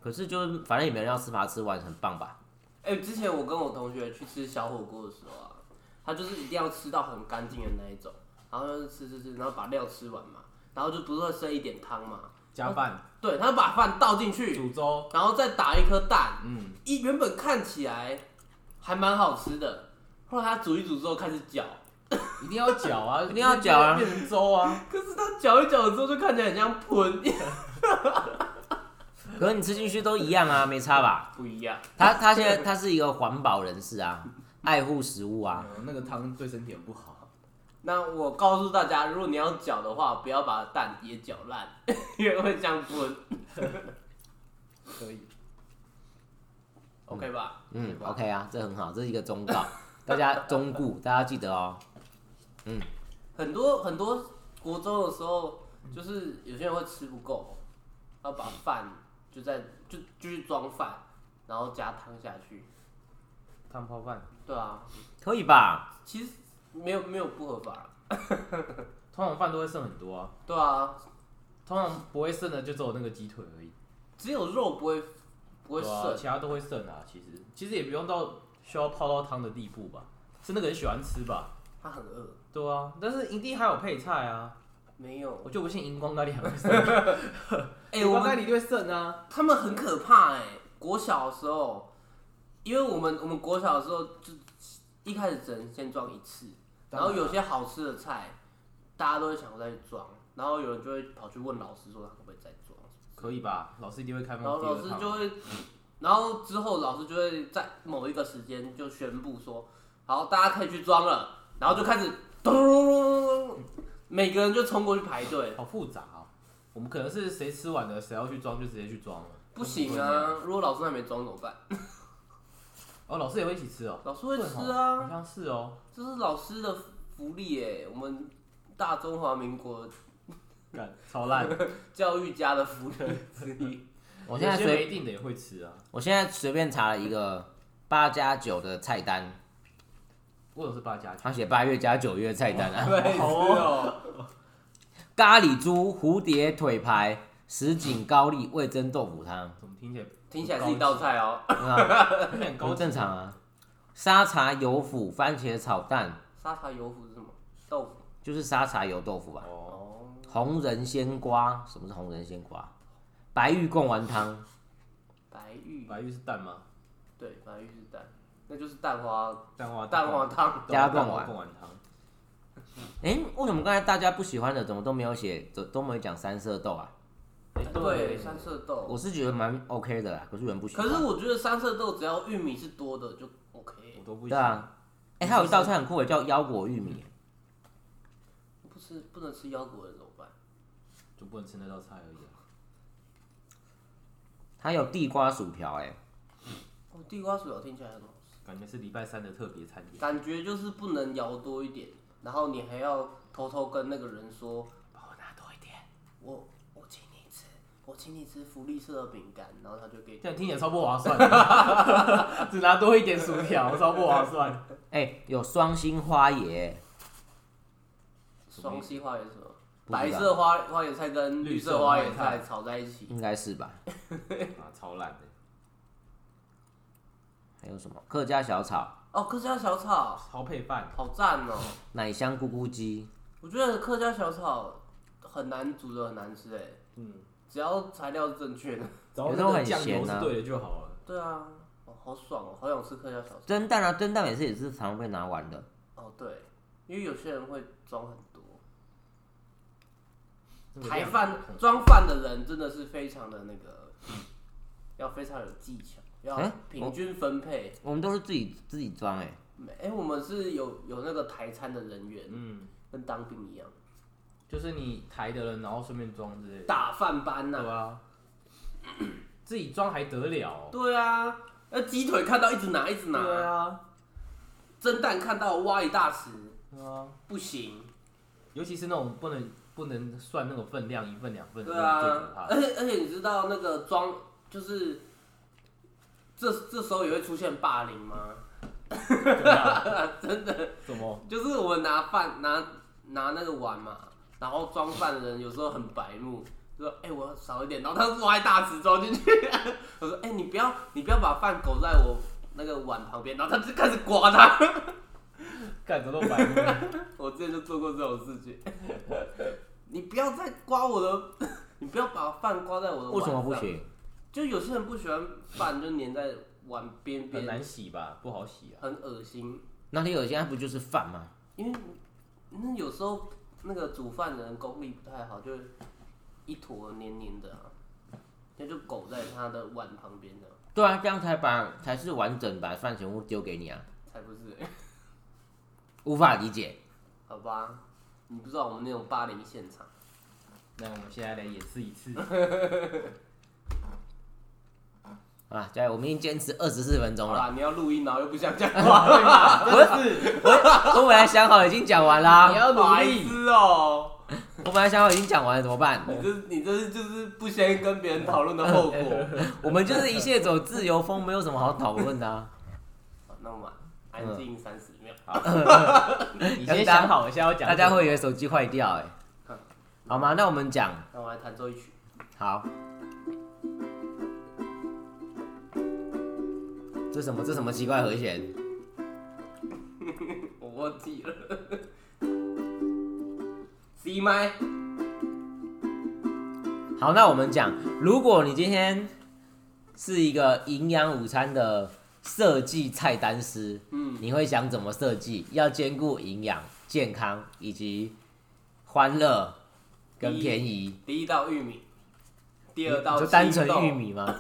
[SPEAKER 1] 可是就是反正也没人要吃，把它吃完很棒吧？
[SPEAKER 3] 哎、之前我跟我同学去吃小火锅的时候啊，他就是一定要吃到很干净的那一种，然后就是吃吃吃，然后把料吃完嘛，然后就不是会剩一点汤嘛？
[SPEAKER 2] 加饭、
[SPEAKER 3] 对，他就把饭倒进去，
[SPEAKER 2] 煮粥，
[SPEAKER 3] 然后再打一颗蛋，
[SPEAKER 2] 嗯，
[SPEAKER 3] 一原本看起来还蛮好吃的，后来他煮一煮之后开始搅，
[SPEAKER 2] 一定要搅啊，
[SPEAKER 1] 一定要搅啊
[SPEAKER 2] 变成粥啊。
[SPEAKER 3] 可是他搅一搅之后就看起来很像喷，
[SPEAKER 1] 可是你吃进去都一样啊，没差吧？
[SPEAKER 3] 不一样。
[SPEAKER 1] 他他现在他是一个环保人士啊，爱护食物啊。
[SPEAKER 2] 嗯那个汤对身体很不好。
[SPEAKER 3] 那我告诉大家，如果你要搅的话，不要把蛋也搅烂， 因为会像
[SPEAKER 2] 嗯
[SPEAKER 3] 喷
[SPEAKER 2] 可以，
[SPEAKER 3] ，OK 吧？
[SPEAKER 1] 嗯
[SPEAKER 3] 对吧
[SPEAKER 1] ，OK 啊，这很好，这是一个忠告，大家忠固，大家记得哦。
[SPEAKER 3] 很多很多国中的时候，就是有些人会吃不够，然
[SPEAKER 2] 嗯
[SPEAKER 3] 后把饭就在就继续装饭，然后加汤下去。
[SPEAKER 2] 汤泡饭，
[SPEAKER 3] 对啊，
[SPEAKER 1] 可以吧？
[SPEAKER 3] 其实没有没有不合法，
[SPEAKER 2] 通常饭都会剩很多啊，
[SPEAKER 3] 对啊，
[SPEAKER 2] 通常不会剩的就只有那个鸡腿而已，
[SPEAKER 3] 只有肉不会不会
[SPEAKER 2] 对
[SPEAKER 3] 剩，
[SPEAKER 2] 啊，其他都会剩啊。其实其实也不用到需要泡到汤的地步吧，是那个人喜欢吃吧？
[SPEAKER 3] 他很饿，
[SPEAKER 2] 对啊，但是一定还有配菜啊，
[SPEAKER 3] 没有。
[SPEAKER 2] 我就不信荧光咖喱还会剩，
[SPEAKER 3] 哎、
[SPEAKER 2] 荧
[SPEAKER 3] 我
[SPEAKER 2] 光
[SPEAKER 3] 们
[SPEAKER 2] 咖喱就会剩啊。
[SPEAKER 3] 他们很可怕哎、国小的时候，因为我们我们国小的时候就一开始只能先装一次，然后有些好吃的菜，大家都会想要再去装，然后有人就会跑去问老师说他可不可以再装，
[SPEAKER 2] 可以吧？老师一定会开放
[SPEAKER 3] 然后
[SPEAKER 2] 嗯第二
[SPEAKER 3] 老师
[SPEAKER 2] 趟
[SPEAKER 3] 就会，然后之后老师就会在某一个时间就宣布说，好，大家可以去装了，然后就开始咚咚咚咚咚咚，每个人就冲过去排队，
[SPEAKER 2] 好复杂哦。我们可能是谁吃完的，谁要去装就直接去装了。
[SPEAKER 3] 不行
[SPEAKER 2] 嗯
[SPEAKER 3] 啊，如果老师还没装怎么办？
[SPEAKER 2] 哦，老师也会一起吃哦。
[SPEAKER 3] 老师会吃
[SPEAKER 2] 对
[SPEAKER 3] 啊
[SPEAKER 2] 哦。好像是哦。
[SPEAKER 3] 这是老师的福利哎，我们大中华民国
[SPEAKER 2] 干，超烂。
[SPEAKER 3] 教育家的福利之一。
[SPEAKER 1] 我现在
[SPEAKER 2] 有些
[SPEAKER 1] 随
[SPEAKER 2] 没定的也会吃啊。
[SPEAKER 1] 我现在随便查了一个八加九的菜单，
[SPEAKER 2] 为什么是八加九？
[SPEAKER 1] 他写八月加九月菜 单啊，
[SPEAKER 3] 对，
[SPEAKER 2] 好
[SPEAKER 3] 哦，
[SPEAKER 1] 咖喱猪、蝴蝶腿排、什锦高丽味噌豆腐汤，
[SPEAKER 2] 怎么听起来
[SPEAKER 3] 听起来是一道 菜哦。
[SPEAKER 1] 啊，
[SPEAKER 2] 有点高
[SPEAKER 1] 很
[SPEAKER 2] 级
[SPEAKER 1] 正常啊。沙茶油腐、番茄炒蛋，
[SPEAKER 3] 沙茶油腐是什么？豆腐。
[SPEAKER 1] 就是沙茶油豆腐吧。
[SPEAKER 2] 哦？
[SPEAKER 3] 哦，
[SPEAKER 1] 红人鲜瓜，什么是红人鲜瓜？白玉贡丸汤，
[SPEAKER 3] 白玉，
[SPEAKER 2] 白玉是蛋吗？
[SPEAKER 3] 对，白玉是蛋，那就是蛋花
[SPEAKER 2] 蛋花
[SPEAKER 3] 蛋花汤。
[SPEAKER 2] 对
[SPEAKER 1] 加
[SPEAKER 2] 啊
[SPEAKER 1] 贡
[SPEAKER 2] 蛋花
[SPEAKER 1] 丸
[SPEAKER 2] 贡丸汤。
[SPEAKER 1] 哎、为什么刚才大家不喜欢的，怎么都没有写，都都没有讲三色豆啊？
[SPEAKER 2] 哎
[SPEAKER 3] 对，三色豆。
[SPEAKER 1] 我是觉得蛮 OK 的啦，可是有人不喜
[SPEAKER 3] 可
[SPEAKER 1] 欢。
[SPEAKER 3] 是我觉得三色豆只要玉米是多的就 OK，
[SPEAKER 2] 我都不
[SPEAKER 1] 对
[SPEAKER 2] 行。
[SPEAKER 1] 啊，哎、还有一道菜很酷，叫腰果玉米，
[SPEAKER 3] 不吃不能吃腰果的怎么办？
[SPEAKER 2] 就不能吃那道菜而已啊。
[SPEAKER 1] 它有地瓜薯条，哎，
[SPEAKER 3] 哦，地瓜薯条听起来很好吃，
[SPEAKER 2] 感觉是礼拜三的特别餐点。
[SPEAKER 3] 感觉就是不能摇多一点，然后你还要偷偷跟那个人说。
[SPEAKER 2] 帮我拿多一点。
[SPEAKER 3] 我我请你吃，我请你吃福利社的饼干，然后他就给
[SPEAKER 2] 这样听起来超不划算的， 只拿多一点薯条，超不划算。
[SPEAKER 1] 哎、有双星花椰，
[SPEAKER 3] 双溪花椰什么？
[SPEAKER 1] 不知道
[SPEAKER 3] 白色花花椰菜跟
[SPEAKER 2] 绿
[SPEAKER 3] 绿
[SPEAKER 2] 色
[SPEAKER 3] 色
[SPEAKER 2] 花
[SPEAKER 3] 花
[SPEAKER 2] 椰
[SPEAKER 3] 椰
[SPEAKER 2] 菜
[SPEAKER 3] 菜炒在一起，
[SPEAKER 1] 应该是吧？
[SPEAKER 2] 啊，超烂的，
[SPEAKER 1] 还有什么客家小炒、
[SPEAKER 3] 哦，客家小炒
[SPEAKER 2] 超配饭，
[SPEAKER 3] 好赞哦！
[SPEAKER 1] 奶香咕咕鸡，
[SPEAKER 3] 我觉得客家小炒很难煮的很难吃哎，
[SPEAKER 2] 嗯，
[SPEAKER 3] 只要材料是正确的。
[SPEAKER 2] 只要
[SPEAKER 1] 有时候
[SPEAKER 2] 那个
[SPEAKER 1] 很
[SPEAKER 2] 酱油
[SPEAKER 1] 咸
[SPEAKER 2] 是
[SPEAKER 1] 啊
[SPEAKER 2] 对的就好了。
[SPEAKER 3] 对啊，哦好爽哦，好想吃客家小炒。
[SPEAKER 1] 蒸蛋啊，蒸蛋也是也是常被拿完的。
[SPEAKER 3] 哦对，因为有些人会装很多，
[SPEAKER 2] 那个
[SPEAKER 3] 台
[SPEAKER 2] 量
[SPEAKER 3] 饭
[SPEAKER 2] 很嗯
[SPEAKER 3] 装饭的人真的是非常的那个，要非常有技巧，要
[SPEAKER 1] 哎我
[SPEAKER 3] 平
[SPEAKER 2] 哦
[SPEAKER 3] 均分配。
[SPEAKER 1] 我们都是自己自己装，哎，
[SPEAKER 3] 哎、我们是有有那个台餐的人员，
[SPEAKER 2] 嗯，
[SPEAKER 3] 跟当兵一样，
[SPEAKER 2] 就是你台的人，然后顺便装之类的，
[SPEAKER 3] 打饭班呐、
[SPEAKER 2] 对啊，自己装还得了哦？
[SPEAKER 3] 对啊，那鸡腿看到一直拿一直拿，
[SPEAKER 2] 对啊，
[SPEAKER 3] 蒸蛋看到挖一大匙，
[SPEAKER 2] 对啊，
[SPEAKER 3] 不行。
[SPEAKER 2] 尤其是那种不能不能算那种分量，一份两份的，
[SPEAKER 3] 对
[SPEAKER 2] 那嗯种最可
[SPEAKER 3] 啊
[SPEAKER 2] 怕，的。
[SPEAKER 3] 而且而且你知道那个装就是这这时候也会出现霸凌吗？
[SPEAKER 2] 对啊，
[SPEAKER 3] 真的，
[SPEAKER 2] 怎么？
[SPEAKER 3] 就是我们拿饭拿拿那个碗嘛，然后装饭的人有时候很白目。就说：“哎、我要少一点。”然后他挖一大匙装进去。 我说：“哎、你不要，你不要把饭狗在我那个碗旁边。”然后他就开始刮他。
[SPEAKER 2] 干着都白目，
[SPEAKER 3] 我之前就做过这种事情。 你不要再刮我的， 你不要把饭刮在我的碗上。
[SPEAKER 1] 为什么不？行？
[SPEAKER 3] 就有些人不喜欢饭就粘在碗边
[SPEAKER 2] 很
[SPEAKER 3] 边，
[SPEAKER 2] 难洗吧？不好洗啊。
[SPEAKER 3] 很恶心。
[SPEAKER 1] 那里有些它不就是饭吗？
[SPEAKER 3] 因为那有时候那个煮饭的人功力不太好，就一坨黏黏的啊，那就狗在他的碗旁边的，
[SPEAKER 1] 对啊，这样才把才是完整把饭全部丢给你啊，
[SPEAKER 3] 才不是、欸
[SPEAKER 1] 无法理解。
[SPEAKER 3] 好吧？你不知道我们那种霸凌现场，
[SPEAKER 2] 那我们现在来演示一次，
[SPEAKER 1] 啊，加油！我们已经坚持二十四分钟
[SPEAKER 3] 好
[SPEAKER 1] 了，
[SPEAKER 3] 啦，你要录音，然后又不想讲
[SPEAKER 2] 对
[SPEAKER 3] 话，
[SPEAKER 2] 嘛，真是
[SPEAKER 1] 我我本来想好已经讲完啦、
[SPEAKER 2] 你要努
[SPEAKER 3] 白
[SPEAKER 2] 力，
[SPEAKER 3] 痴哦！
[SPEAKER 1] 我本来想好已经讲完了，怎么办？
[SPEAKER 3] 你这你这是就是不先跟别人讨论的后果。
[SPEAKER 1] 我们就是一切走自由风，没有什么好讨论的、啊。
[SPEAKER 3] 好那我们安静三十秒。
[SPEAKER 2] 你先想好一下要嗯讲什么，
[SPEAKER 1] 大家会以为手机坏掉、欸，哎，好吗？那我们讲
[SPEAKER 3] 那我来弹奏一曲。
[SPEAKER 1] 好。这什么？这什么奇怪和弦？
[SPEAKER 3] 我忘记了。C 麦，
[SPEAKER 1] 好，那我们讲，如果你今天是一个营养午餐的设计菜单师，
[SPEAKER 3] 嗯，
[SPEAKER 1] 你会想怎么设计？要兼顾营养、健康以及欢乐跟便宜。
[SPEAKER 3] 第一道玉米，第
[SPEAKER 1] 你
[SPEAKER 3] 二道
[SPEAKER 1] 就单纯
[SPEAKER 3] 青豆
[SPEAKER 1] 玉，米吗？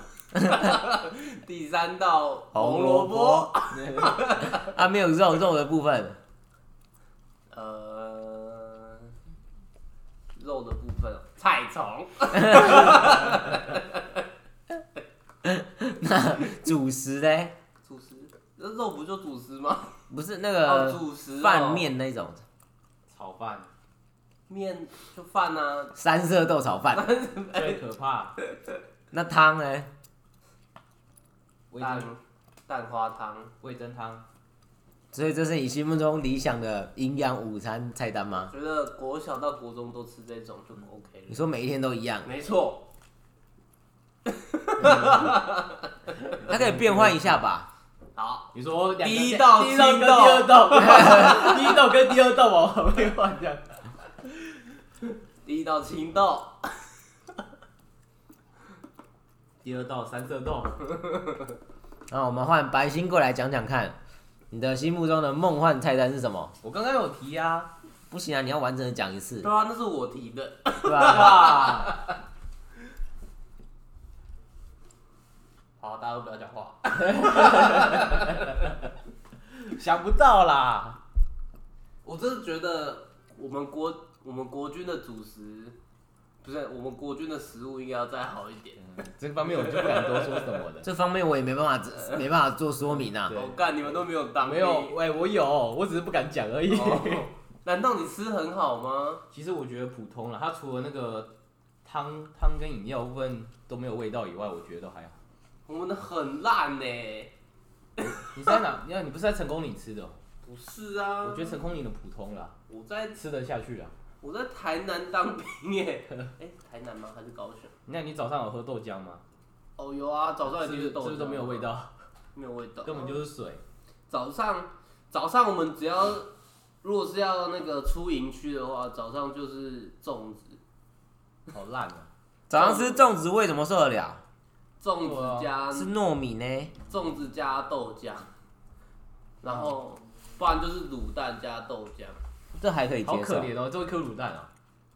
[SPEAKER 3] 第三道红
[SPEAKER 1] 红
[SPEAKER 3] 萝
[SPEAKER 1] 萝
[SPEAKER 3] 卜
[SPEAKER 1] 卜， 啊，没有肉肉的部分，
[SPEAKER 3] 呃，肉的部分哦，菜虫，
[SPEAKER 1] 主食嘞，
[SPEAKER 3] 主食，那肉不就主食吗？
[SPEAKER 1] 不是那
[SPEAKER 3] 哦，
[SPEAKER 1] 个
[SPEAKER 3] 主食哦
[SPEAKER 1] 拌呃面那种
[SPEAKER 2] 炒饭
[SPEAKER 3] 面就饭啊，
[SPEAKER 1] 三色豆炒饭，
[SPEAKER 2] 最可怕，
[SPEAKER 1] 那汤嘞，
[SPEAKER 2] 味噌
[SPEAKER 3] 蛋蛋花汤，
[SPEAKER 2] 味噌汤，
[SPEAKER 1] 所以这是你心目中理想的营养午餐菜单吗？
[SPEAKER 3] 觉得国小到国中都吃这种就 OK
[SPEAKER 1] 你
[SPEAKER 3] 了。
[SPEAKER 1] 说每一天都一样，
[SPEAKER 3] 没错，
[SPEAKER 1] 那可以变换一下 吧？
[SPEAKER 3] 好，
[SPEAKER 2] 你说两个
[SPEAKER 3] 第一道
[SPEAKER 2] 第一道
[SPEAKER 3] 青
[SPEAKER 2] 跟
[SPEAKER 3] 豆
[SPEAKER 2] 第二道， 第一道跟第二道哦往旁边换这样，
[SPEAKER 3] 第一道青豆，
[SPEAKER 2] 第二道三色豆，
[SPEAKER 1] 那我们换白星过来讲讲看，你的心目中的梦幻菜单是什么？
[SPEAKER 2] 我刚刚有提啊，
[SPEAKER 1] 不行啊，你要完整的讲一次，
[SPEAKER 3] 对啊，那是我提的。
[SPEAKER 1] 对 吧？
[SPEAKER 2] 哇，
[SPEAKER 3] 好，大家都不要讲话。
[SPEAKER 2] 想不到啦，
[SPEAKER 3] 我真的觉得我们国我们国军的主食，不是我们国军的食物应该要再好一点。
[SPEAKER 2] 嗯这方面我就不敢多说什么了。
[SPEAKER 1] 这方面我也没办 法，没办法做说明啊。
[SPEAKER 2] 对
[SPEAKER 3] 我干、你们都没有当
[SPEAKER 2] 没
[SPEAKER 3] 兵
[SPEAKER 2] 有，喂，我有，我只是不敢讲而已。
[SPEAKER 3] 哦难道你吃很好吗？
[SPEAKER 2] 其实我觉得普通了，它除了那个汤汤跟饮料部分都没有味道以外，我觉得都还好。
[SPEAKER 3] 我们的很烂呢、
[SPEAKER 2] 你是在哪？ 你看你不是在成功岭吃的哦？
[SPEAKER 3] 不是啊，
[SPEAKER 2] 我觉得成功岭的普通啦，
[SPEAKER 3] 我在
[SPEAKER 2] 吃得下去啦。啊
[SPEAKER 3] 我在台南当兵耶、哎、台南吗？还是高雄？
[SPEAKER 2] 那你早上有喝豆浆吗？
[SPEAKER 3] 哦，有啊，早上
[SPEAKER 2] 是
[SPEAKER 3] 一
[SPEAKER 2] 不
[SPEAKER 3] 定
[SPEAKER 2] 是
[SPEAKER 3] 豆
[SPEAKER 2] 是不
[SPEAKER 3] 浆，啊
[SPEAKER 2] 是都没有味，道？
[SPEAKER 3] 没有味道，
[SPEAKER 2] 根本就是水。
[SPEAKER 3] 早上早上我们只要如果是要那个出营区的话，早上就是粽子，
[SPEAKER 2] 好烂 啊！
[SPEAKER 1] 早上吃粽子为什么受得了？
[SPEAKER 3] 粽子加
[SPEAKER 1] 是糯米呢？
[SPEAKER 3] 粽子加豆浆，然后不然就是卤蛋加豆浆，
[SPEAKER 1] 这还可以
[SPEAKER 2] 好
[SPEAKER 1] 接
[SPEAKER 2] 可
[SPEAKER 1] 受，
[SPEAKER 2] 怜哦，这一颗卤蛋啊，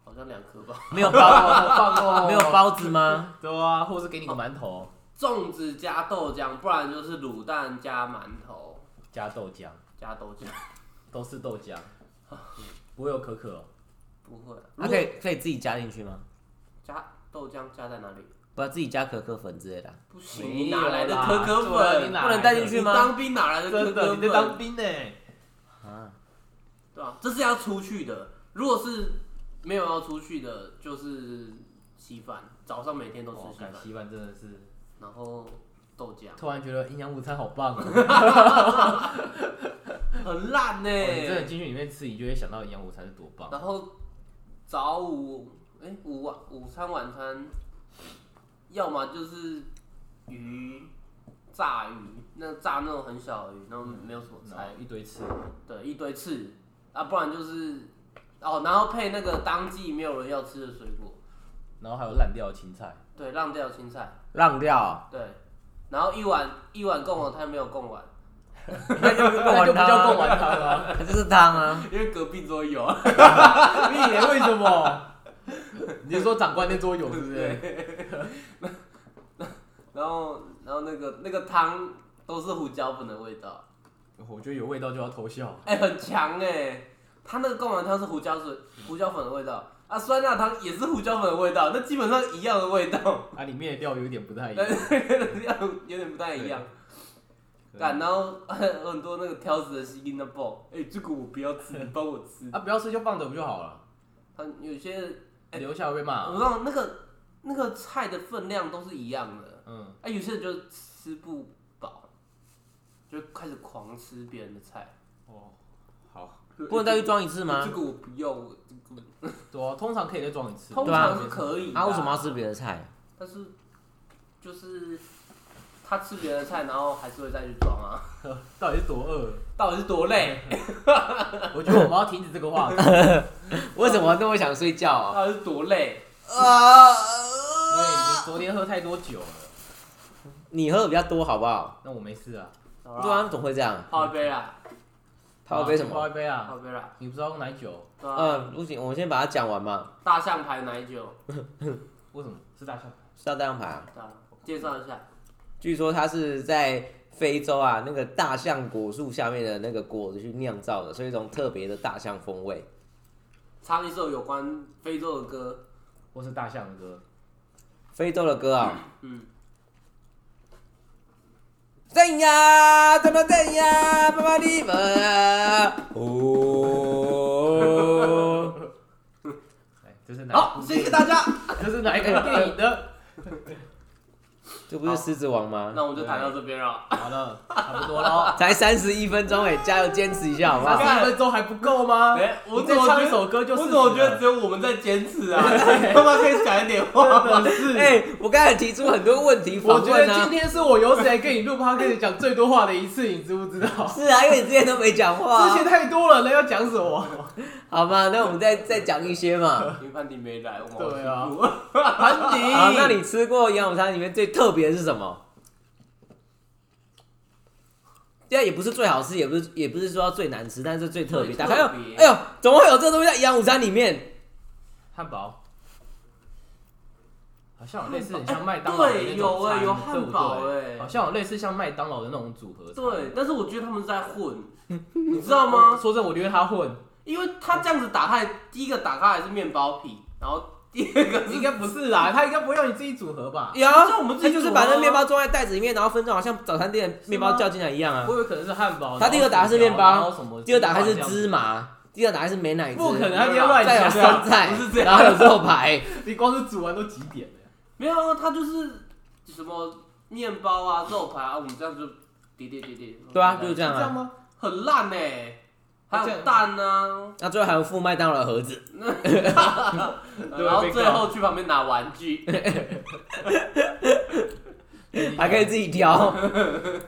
[SPEAKER 3] 好像两颗吧。
[SPEAKER 1] 没有包
[SPEAKER 2] 好棒 哦
[SPEAKER 1] 没有，包子吗？
[SPEAKER 2] 对啊，或者是给你个馒头
[SPEAKER 3] 粽子加豆浆，不然就是卤蛋加馒头
[SPEAKER 2] 加豆浆，
[SPEAKER 3] 加豆浆，
[SPEAKER 2] 都是豆浆，不会有可可哦。
[SPEAKER 3] 不会、啊。
[SPEAKER 1] 它可以可以自己加进去吗？
[SPEAKER 3] 加豆浆加在哪里？
[SPEAKER 1] 不，自己加可可粉之类的啊。
[SPEAKER 3] 不行，
[SPEAKER 2] 没
[SPEAKER 3] 你
[SPEAKER 2] 有
[SPEAKER 3] 哪来的
[SPEAKER 2] 啦
[SPEAKER 3] 可可
[SPEAKER 2] 对啊你
[SPEAKER 3] 粉？
[SPEAKER 2] 哪
[SPEAKER 1] 不能
[SPEAKER 2] 来
[SPEAKER 1] 带
[SPEAKER 2] 的
[SPEAKER 1] 进去
[SPEAKER 3] 你
[SPEAKER 1] 吗
[SPEAKER 3] 当兵哪来的可可
[SPEAKER 2] 真的，
[SPEAKER 3] 粉？
[SPEAKER 2] 你在当兵呢？
[SPEAKER 1] 啊，
[SPEAKER 3] 对啊，这是要出去的。如果是没有要出去的，就是稀饭，早上每天都吃
[SPEAKER 2] 哦
[SPEAKER 3] 稀
[SPEAKER 2] 干
[SPEAKER 3] 饭，
[SPEAKER 2] 稀饭真的是，
[SPEAKER 3] 然后豆浆，
[SPEAKER 2] 突然觉得营养午餐好棒哦。
[SPEAKER 3] 很烂呢、
[SPEAKER 2] 哦你真的进去里面吃，你就会想到营养午餐是多棒。
[SPEAKER 3] 然后早午哎、午晚午餐晚餐，要么就是鱼炸鱼，那炸那种很小的鱼，然后没有什么
[SPEAKER 2] 然
[SPEAKER 3] 菜
[SPEAKER 2] 后，一堆吃，
[SPEAKER 3] 对，一堆刺啊，不然就是哦，然后配那个当季没有人要吃的水果，
[SPEAKER 2] 然后还有烂掉的青菜，
[SPEAKER 3] 对，浪掉青菜。
[SPEAKER 1] 浪掉啊，
[SPEAKER 3] 对，然后一碗一碗贡丸，他没有贡丸，
[SPEAKER 1] 那就不是贡
[SPEAKER 2] 那就
[SPEAKER 1] 丸
[SPEAKER 2] 不
[SPEAKER 1] 汤
[SPEAKER 2] 叫贡
[SPEAKER 1] 啊，
[SPEAKER 2] 丸汤 了。
[SPEAKER 1] 那就是汤啊。
[SPEAKER 3] 因为隔壁桌有啊。
[SPEAKER 2] 你以为为什么？你是说长官那桌有是不是？
[SPEAKER 3] 然后然后那个那个汤都是胡椒粉的味道，
[SPEAKER 2] 我觉得有味道就要偷笑。
[SPEAKER 3] 哎、很强哎、他那个贡丸汤是胡椒水胡椒粉的味道，啊，酸辣汤也是胡椒粉的味道，那基本上一样的味道，
[SPEAKER 2] 啊，里面的料有点不太一样
[SPEAKER 3] 但。是有点不太一样。干，然后 很多那个挑子的吸引的爆，哎、这个我不要吃，你帮我 吃。
[SPEAKER 2] 啊，不要吃就放着不就好了？
[SPEAKER 3] 他有些哎
[SPEAKER 2] 留下会被骂
[SPEAKER 3] 我。知道那个那个菜的分量都是一样的，
[SPEAKER 2] 嗯，
[SPEAKER 3] 哎、有些人就吃不饱，就开始狂吃别人的菜。
[SPEAKER 2] 哦，好，
[SPEAKER 1] 不能再去装一次吗啊
[SPEAKER 3] 这？个我不要，我这个
[SPEAKER 2] 对啊，通常可以再装一次。
[SPEAKER 3] 通
[SPEAKER 1] 对啊
[SPEAKER 3] 常是可以的
[SPEAKER 1] 啊，为什么要吃别的菜？
[SPEAKER 3] 但是就是他吃别的菜，然后还是会再去装啊，
[SPEAKER 2] 到底是多饿？
[SPEAKER 3] 到底是多累？
[SPEAKER 2] 我觉得我们要停止这个话 题，因
[SPEAKER 1] 为什么那么想睡觉啊？
[SPEAKER 3] 到底是多累？
[SPEAKER 2] 为你昨天喝太多酒了。
[SPEAKER 1] 你喝的比较多，好不好？
[SPEAKER 2] 那我没事啊，
[SPEAKER 3] 好啦
[SPEAKER 1] 对啊，，怎么会这样？
[SPEAKER 3] 泡一杯啦，
[SPEAKER 1] 他要杯什
[SPEAKER 2] 泡
[SPEAKER 1] 么？
[SPEAKER 2] 一杯
[SPEAKER 3] 泡
[SPEAKER 2] 啊！
[SPEAKER 3] 一杯啦，
[SPEAKER 2] 你不知道用奶酒？
[SPEAKER 3] 对啊
[SPEAKER 1] 嗯，不行，我们先把它讲完嘛。
[SPEAKER 3] 大象牌奶酒，
[SPEAKER 2] 为什么？是大象？
[SPEAKER 1] 是要大象牌啊？
[SPEAKER 3] 对啊介绍一下，
[SPEAKER 1] 据说它是在非洲啊那个大象果树下面的那个果子去酿造的，所以一种特别的大象风味。
[SPEAKER 3] 唱一首有关非洲的歌，
[SPEAKER 2] 或是大象的歌？
[SPEAKER 1] 非洲的歌啊、
[SPEAKER 3] 嗯，
[SPEAKER 1] 怎呀，怎么怎呀，妈妈你们啊，哦， 啊
[SPEAKER 2] 哎，这是哪？
[SPEAKER 3] 好，谢谢大家。
[SPEAKER 2] 这是哪一个电 影的？
[SPEAKER 1] 这不是狮子王吗？
[SPEAKER 3] 那我们就谈到这边了。
[SPEAKER 2] 好了，差不多了。
[SPEAKER 1] 才三十一分钟哎、加油坚持一下好不好？
[SPEAKER 2] 三十分钟还不够吗？
[SPEAKER 3] 哎我
[SPEAKER 2] 你
[SPEAKER 3] 怎
[SPEAKER 2] 再
[SPEAKER 3] 么
[SPEAKER 2] 唱一
[SPEAKER 3] 觉
[SPEAKER 2] 首歌就
[SPEAKER 3] 我
[SPEAKER 2] 是。
[SPEAKER 3] 怎么觉得只有我们在坚持 啊？他妈可以讲一点话吗？是
[SPEAKER 1] 哎、我刚才提出很多问题
[SPEAKER 2] 我
[SPEAKER 1] 访
[SPEAKER 2] 觉
[SPEAKER 1] 问
[SPEAKER 2] 得今
[SPEAKER 1] 啊，
[SPEAKER 2] 天是我有史以来跟你录 p o d c 讲最多话的一次，你知不知道？
[SPEAKER 1] 是啊，因为你之前都没讲话、
[SPEAKER 2] 这
[SPEAKER 1] 啊
[SPEAKER 2] 些，太多了，那要讲什么？
[SPEAKER 1] 好吧？那我们再再讲一些嘛。
[SPEAKER 3] 因为潘迪没来，我们好
[SPEAKER 2] 对啊
[SPEAKER 3] 辛苦，
[SPEAKER 2] 盘
[SPEAKER 3] 哎
[SPEAKER 2] 尼
[SPEAKER 1] 好，啊那你吃过营养午餐里面最特别的是什么？现在也不是最好吃，也不是也不是说最难吃，但是最特别。
[SPEAKER 3] 最
[SPEAKER 1] 打
[SPEAKER 3] 特
[SPEAKER 1] 开哟，
[SPEAKER 3] 别
[SPEAKER 1] 哎呦，怎么会有这东西在营养午餐里面？
[SPEAKER 2] 汉堡好像有类似很像麦当劳的
[SPEAKER 3] 对，
[SPEAKER 2] 那种
[SPEAKER 3] 有
[SPEAKER 1] 欸
[SPEAKER 3] 哎、
[SPEAKER 2] 餐
[SPEAKER 3] 有汉堡哎、
[SPEAKER 2] 对不对好像有类似像麦当劳的那种组合餐。
[SPEAKER 3] 对，但是我觉得他们是在混，你知道吗？
[SPEAKER 2] 说真的，我觉得他混，
[SPEAKER 3] 因为他这样子打开，第一个打开还是面包皮，然后第二个 是
[SPEAKER 2] 应该不是啦，他应该不会让你自己组合吧？
[SPEAKER 1] 有
[SPEAKER 3] 啊这我们自
[SPEAKER 1] 他
[SPEAKER 3] 己
[SPEAKER 1] 就是
[SPEAKER 3] 煮
[SPEAKER 1] 把那
[SPEAKER 3] 啊
[SPEAKER 1] 面包装在袋子里面，然后分装，好像早餐店的面包叫进来一样啊
[SPEAKER 2] 我。以为可能是汉堡，
[SPEAKER 1] 他第一个打的是面包
[SPEAKER 2] 然后薯条然后什么？
[SPEAKER 1] 第二打开是芝，麻，第二打开是美乃滋，
[SPEAKER 2] 不可能，他今天乱
[SPEAKER 1] 再有
[SPEAKER 2] 讲
[SPEAKER 1] 生
[SPEAKER 2] 的。
[SPEAKER 1] 菜，
[SPEAKER 3] 不是这
[SPEAKER 1] 然
[SPEAKER 3] 样
[SPEAKER 1] 后有肉排，
[SPEAKER 2] 你光是煮完都几点了？
[SPEAKER 3] 没有啊，他就是什么面包啊、肉排啊，我们这样就叠叠叠叠，
[SPEAKER 1] 对啊，就是这
[SPEAKER 2] 是
[SPEAKER 1] 样
[SPEAKER 2] 这样
[SPEAKER 1] 啊。
[SPEAKER 2] 吗？
[SPEAKER 3] 很烂哎、还有
[SPEAKER 2] 这样
[SPEAKER 3] 蛋啊，
[SPEAKER 1] 那最后还有附麦当劳的盒子，啊
[SPEAKER 2] 对
[SPEAKER 3] 然后
[SPEAKER 2] 被
[SPEAKER 3] 最
[SPEAKER 2] 告
[SPEAKER 3] 后去旁边拿玩具，
[SPEAKER 1] 还可以自己 挑。
[SPEAKER 2] 儿